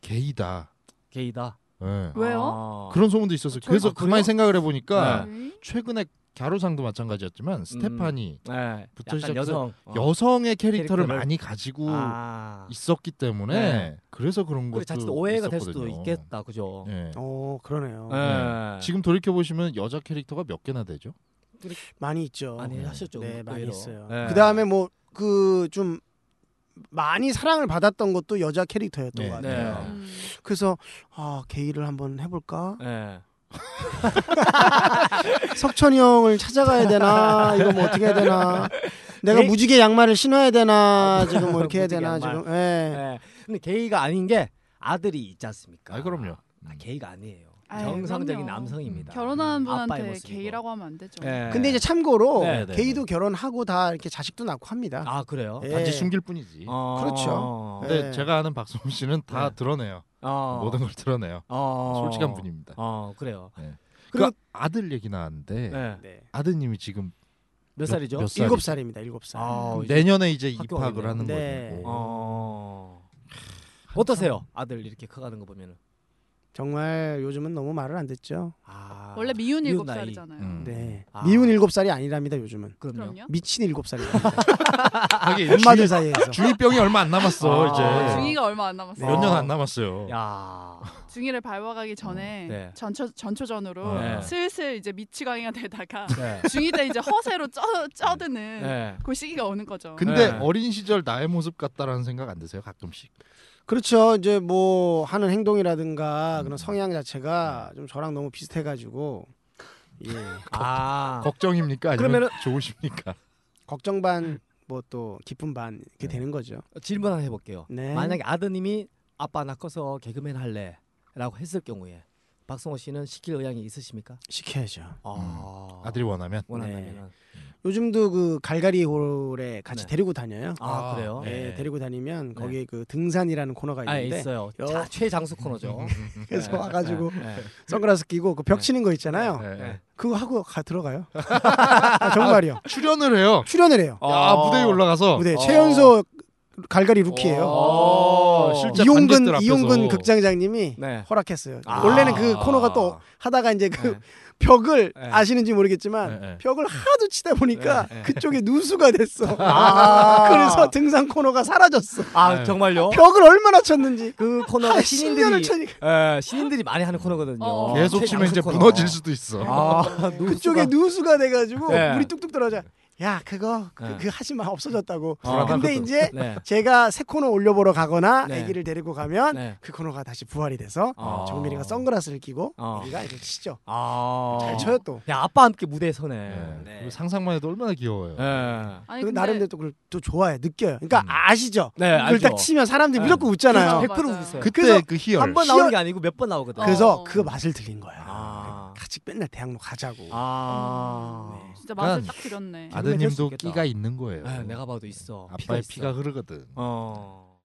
Speaker 1: 게이다.
Speaker 3: 게이다.
Speaker 1: 예.
Speaker 4: 왜요?
Speaker 3: 아.
Speaker 1: 그런 소문도 있었어요.
Speaker 3: 저는-
Speaker 1: 그래서
Speaker 3: 아, 그래요?
Speaker 1: 가만히 생각을 해보니까
Speaker 3: 네. 음.
Speaker 4: 음.
Speaker 1: 최근에 갸루상도 마찬가지였지만 스테파니
Speaker 3: 네.
Speaker 1: 부터
Speaker 3: 약간
Speaker 1: 시작해서
Speaker 3: 여성. 어.
Speaker 1: 여성의 캐릭터를,
Speaker 3: 캐릭터를-
Speaker 1: 많이 가지고
Speaker 3: 아.
Speaker 1: 있었기 때문에
Speaker 3: 네.
Speaker 1: 그래서 그런
Speaker 3: 그리고
Speaker 1: 것도
Speaker 3: 자칫 오해가 될 수도
Speaker 1: 있었거든요.
Speaker 3: 있겠다. 그죠?
Speaker 1: 예.
Speaker 5: 어 그러네요
Speaker 3: 예.
Speaker 1: 지금 돌이켜 보시면 여자 캐릭터가 몇 개나 되죠?
Speaker 5: 많이 있죠
Speaker 3: 많이 아, 하셨죠.
Speaker 5: 네 많이
Speaker 3: 의외로.
Speaker 5: 있어요
Speaker 3: 네.
Speaker 5: 그 다음에 뭐 그 좀 많이 사랑을 받았던 것도 여자 캐릭터였던
Speaker 1: 네.
Speaker 5: 것
Speaker 3: 네.
Speaker 5: 같아요
Speaker 4: 음.
Speaker 5: 그래서 아 게이를 한번 해볼까
Speaker 3: 예.
Speaker 5: 석천이 형을 찾아가야 되나 이거 뭐 어떻게 해야 되나
Speaker 6: 네.
Speaker 5: 내가
Speaker 3: 게이-
Speaker 5: 무지개 양말을 신어야 되나 지금 뭐 이렇게 해야
Speaker 3: 아, 무지개
Speaker 5: 되나
Speaker 3: 양말.
Speaker 5: 지금 예
Speaker 3: 네. 예. 근데 게이가 아닌 게 아들이 있지 않습니까?
Speaker 1: 아 그럼요.
Speaker 3: 아, 게이가 아니에요.
Speaker 4: 아이, 네, 그럼요.
Speaker 3: 정상적인 남성입니다. 음.
Speaker 4: 결혼한
Speaker 3: 아빠의
Speaker 4: 분한테
Speaker 3: 모습이고.
Speaker 4: 게이라고 하면 안 되죠.
Speaker 3: 예.
Speaker 5: 근데 이제 참고로
Speaker 3: 네,
Speaker 1: 네,
Speaker 5: 게이도 결혼하고 다 이렇게 자식도 낳고 합니다.
Speaker 3: 아 그래요?
Speaker 5: 예.
Speaker 1: 단지 숨길 뿐이지.
Speaker 3: 어.
Speaker 5: 그렇죠.
Speaker 1: 근데
Speaker 5: 네.
Speaker 1: 제가 아는 박성훈 씨는 다
Speaker 3: 네.
Speaker 1: 드러내요.
Speaker 3: 예. 어.
Speaker 1: 모든 걸 드러내요.
Speaker 3: 어.
Speaker 1: 솔직한 분입니다.
Speaker 3: 어 그래요.
Speaker 1: 그
Speaker 3: 그리고-
Speaker 1: 아들 얘기 나왔는데
Speaker 3: 예.
Speaker 5: 네.
Speaker 1: 아드님이 지금
Speaker 3: 몇 살이죠?
Speaker 1: 몇 살?
Speaker 5: 일곱 살입니다. 일곱 살.
Speaker 3: 아, 이제-
Speaker 1: 내년에 이제
Speaker 3: 학교
Speaker 1: 입학을
Speaker 3: 어린애.
Speaker 1: 하는
Speaker 5: 네.
Speaker 1: 거고.
Speaker 3: 어. 어떠세요? 아들 이렇게 커가는 거 보면은.
Speaker 5: 정말 요즘은 너무 말을 안 듣죠.
Speaker 3: 아.
Speaker 4: 원래 미운
Speaker 3: 미운
Speaker 4: 일곱
Speaker 3: 나이.
Speaker 4: 살이잖아요.
Speaker 1: 음.
Speaker 5: 네.
Speaker 3: 아.
Speaker 5: 미운 일곱 살이 아니랍니다. 요즘은
Speaker 3: 그럼요.
Speaker 4: 그럼요.
Speaker 5: 미친 일곱
Speaker 3: [laughs]
Speaker 5: 살입니다.
Speaker 1: 하긴
Speaker 5: 엄마들 사이에서.
Speaker 1: 중이병이 얼마 안 남았어
Speaker 3: 아.
Speaker 1: 이제.
Speaker 4: 중이가 얼마 안 남았어요.
Speaker 1: 몇 년 안 남았어요.
Speaker 3: 야.
Speaker 4: 중이를 밟아가기 전에
Speaker 3: 어, 네. 어,
Speaker 4: 전초 전초전으로
Speaker 1: 네.
Speaker 4: 슬슬 이제 미치광이가 되다가 [laughs]
Speaker 3: 네.
Speaker 4: 중이 때 이제 허세로 쪄, 쩌드는
Speaker 3: 네.
Speaker 4: 그 시기가 오는 거죠.
Speaker 1: 근데
Speaker 3: 네.
Speaker 1: 어린 시절 나의 모습 같다라는 생각 안 드세요 가끔씩?
Speaker 5: 그렇죠. 이제 뭐 하는 행동이라든가
Speaker 1: 음.
Speaker 5: 그런 성향 자체가
Speaker 3: 음.
Speaker 5: 좀 저랑 너무 비슷해가지고 예.
Speaker 3: 아.
Speaker 1: 걱정입니까? 아니면
Speaker 3: 그러면은-
Speaker 1: 좋으십니까?
Speaker 5: 걱정 반, 뭐 또 기쁨 반 이렇게
Speaker 1: 네.
Speaker 5: 되는 거죠.
Speaker 3: 질문 하나 해볼게요.
Speaker 5: 네.
Speaker 3: 만약에 아드님이 아빠 나 커서 개그맨 할래라고 했을 경우에 박성호 씨는 시킬 의향이 있으십니까?
Speaker 5: 시켜야죠.
Speaker 3: 아.
Speaker 1: 음. 아들이 원하면
Speaker 3: 원한다면은.
Speaker 5: 요즘도 그 갈갈이 홀에 같이
Speaker 3: 네.
Speaker 5: 데리고 다녀요.
Speaker 3: 아,
Speaker 1: 아,
Speaker 3: 그래요?
Speaker 1: 네.
Speaker 5: 예, 데리고 다니면 거기에 그 등산이라는 코너가
Speaker 3: 아
Speaker 5: 있는데
Speaker 3: 있어요.
Speaker 5: 여-
Speaker 3: 자, 최장수 코너죠.
Speaker 5: 그래서
Speaker 3: 네.
Speaker 5: 와가지고
Speaker 3: 네. 네.
Speaker 5: 선글라스 끼고 그 벽 치는 거 있잖아요.
Speaker 1: 네.
Speaker 3: 네.
Speaker 5: 그거 하고 가 들어가요. [laughs] 아, 정말이요.
Speaker 1: 출연을 해요.
Speaker 5: 출연을 해요.
Speaker 3: 아.
Speaker 1: 야 무대에 올라가서
Speaker 5: 무대
Speaker 3: 어.
Speaker 5: 최연소 갈갈이 루키예요.
Speaker 3: 어.
Speaker 1: 어, 실제
Speaker 5: 이용근
Speaker 1: 관객들 앞에서.
Speaker 5: 이용근 극장장님이
Speaker 3: 네.
Speaker 5: 허락했어요.
Speaker 3: 아.
Speaker 5: 원래는 그 코너가 또 하다가 이제 그
Speaker 3: 네.
Speaker 5: [laughs] 벽을
Speaker 3: 네.
Speaker 5: 아시는지 모르겠지만
Speaker 1: 네, 네.
Speaker 5: 벽을 하도 치다 보니까
Speaker 3: 네, 네.
Speaker 5: 그쪽에 누수가 됐어. [laughs]
Speaker 3: 아.
Speaker 5: 그래서 등산 코너가 사라졌어.
Speaker 3: 아
Speaker 1: 네.
Speaker 3: 정말요?
Speaker 5: 벽을 얼마나 쳤는지.
Speaker 3: 그 코너가
Speaker 5: 한
Speaker 3: 신인들이
Speaker 5: 10년을 쳐니까
Speaker 3: 예, 신인들이 많이 하는 코너거든요.
Speaker 4: 어.
Speaker 1: 계속
Speaker 3: 최장수
Speaker 1: 치면 이제
Speaker 3: 코너.
Speaker 1: 무너질 수도 있어.
Speaker 3: 아,
Speaker 4: 네.
Speaker 5: 그쪽에 누수가 돼가지고
Speaker 3: 네.
Speaker 5: 물이 뚝뚝 떨어져. 야 그거 그,
Speaker 3: 네.
Speaker 5: 그 하지 마 없어졌다고.
Speaker 3: 아.
Speaker 5: 근데
Speaker 1: 불안하거든.
Speaker 5: 이제
Speaker 3: 네.
Speaker 5: 제가 새 코너 올려보러 가거나
Speaker 3: 네.
Speaker 5: 아기를 데리고 가면
Speaker 3: 네.
Speaker 5: 그 코너가 다시 부활이 돼서
Speaker 3: 아.
Speaker 5: 정민이가 선글라스를 끼고
Speaker 3: 아.
Speaker 5: 우리가 이렇게 치죠.
Speaker 3: 아.
Speaker 5: 잘 쳐요 또.
Speaker 3: 야 아빠 함께 무대에
Speaker 1: 예.
Speaker 3: 서네.
Speaker 1: 그리고 상상만 해도 얼마나 귀여워요.
Speaker 3: 네.
Speaker 4: 아니
Speaker 5: 그리고
Speaker 4: 근데
Speaker 5: 나름대로 또 그걸 또 좋아해 느껴요. 그러니까
Speaker 1: 음.
Speaker 5: 아시죠?
Speaker 3: 네,
Speaker 5: 그걸
Speaker 3: 알죠.
Speaker 5: 딱 치면 사람들이
Speaker 3: 네.
Speaker 5: 무조건 웃잖아요.
Speaker 4: 그렇죠.
Speaker 3: 100%
Speaker 4: 맞아요.
Speaker 3: 웃으세요.
Speaker 1: 그때 그 희열.
Speaker 3: 한 번 나오는 게 아니고 몇 번 나오거든.
Speaker 4: 어.
Speaker 5: 그래서 그 맛을 들린 거야.
Speaker 3: 아.
Speaker 5: 같이 맨날 대학로 가자고.
Speaker 3: 아.
Speaker 5: 네.
Speaker 4: 진짜 맛을
Speaker 1: 약간-
Speaker 4: 딱 들였네.
Speaker 1: 아드님도
Speaker 3: 있겠다.
Speaker 1: 끼가 있는 거예요.
Speaker 3: 에, 내가 네. 아, 봐도 있어.
Speaker 1: 아빠의
Speaker 3: 있어.
Speaker 1: 피가 흐르거든.
Speaker 3: 어.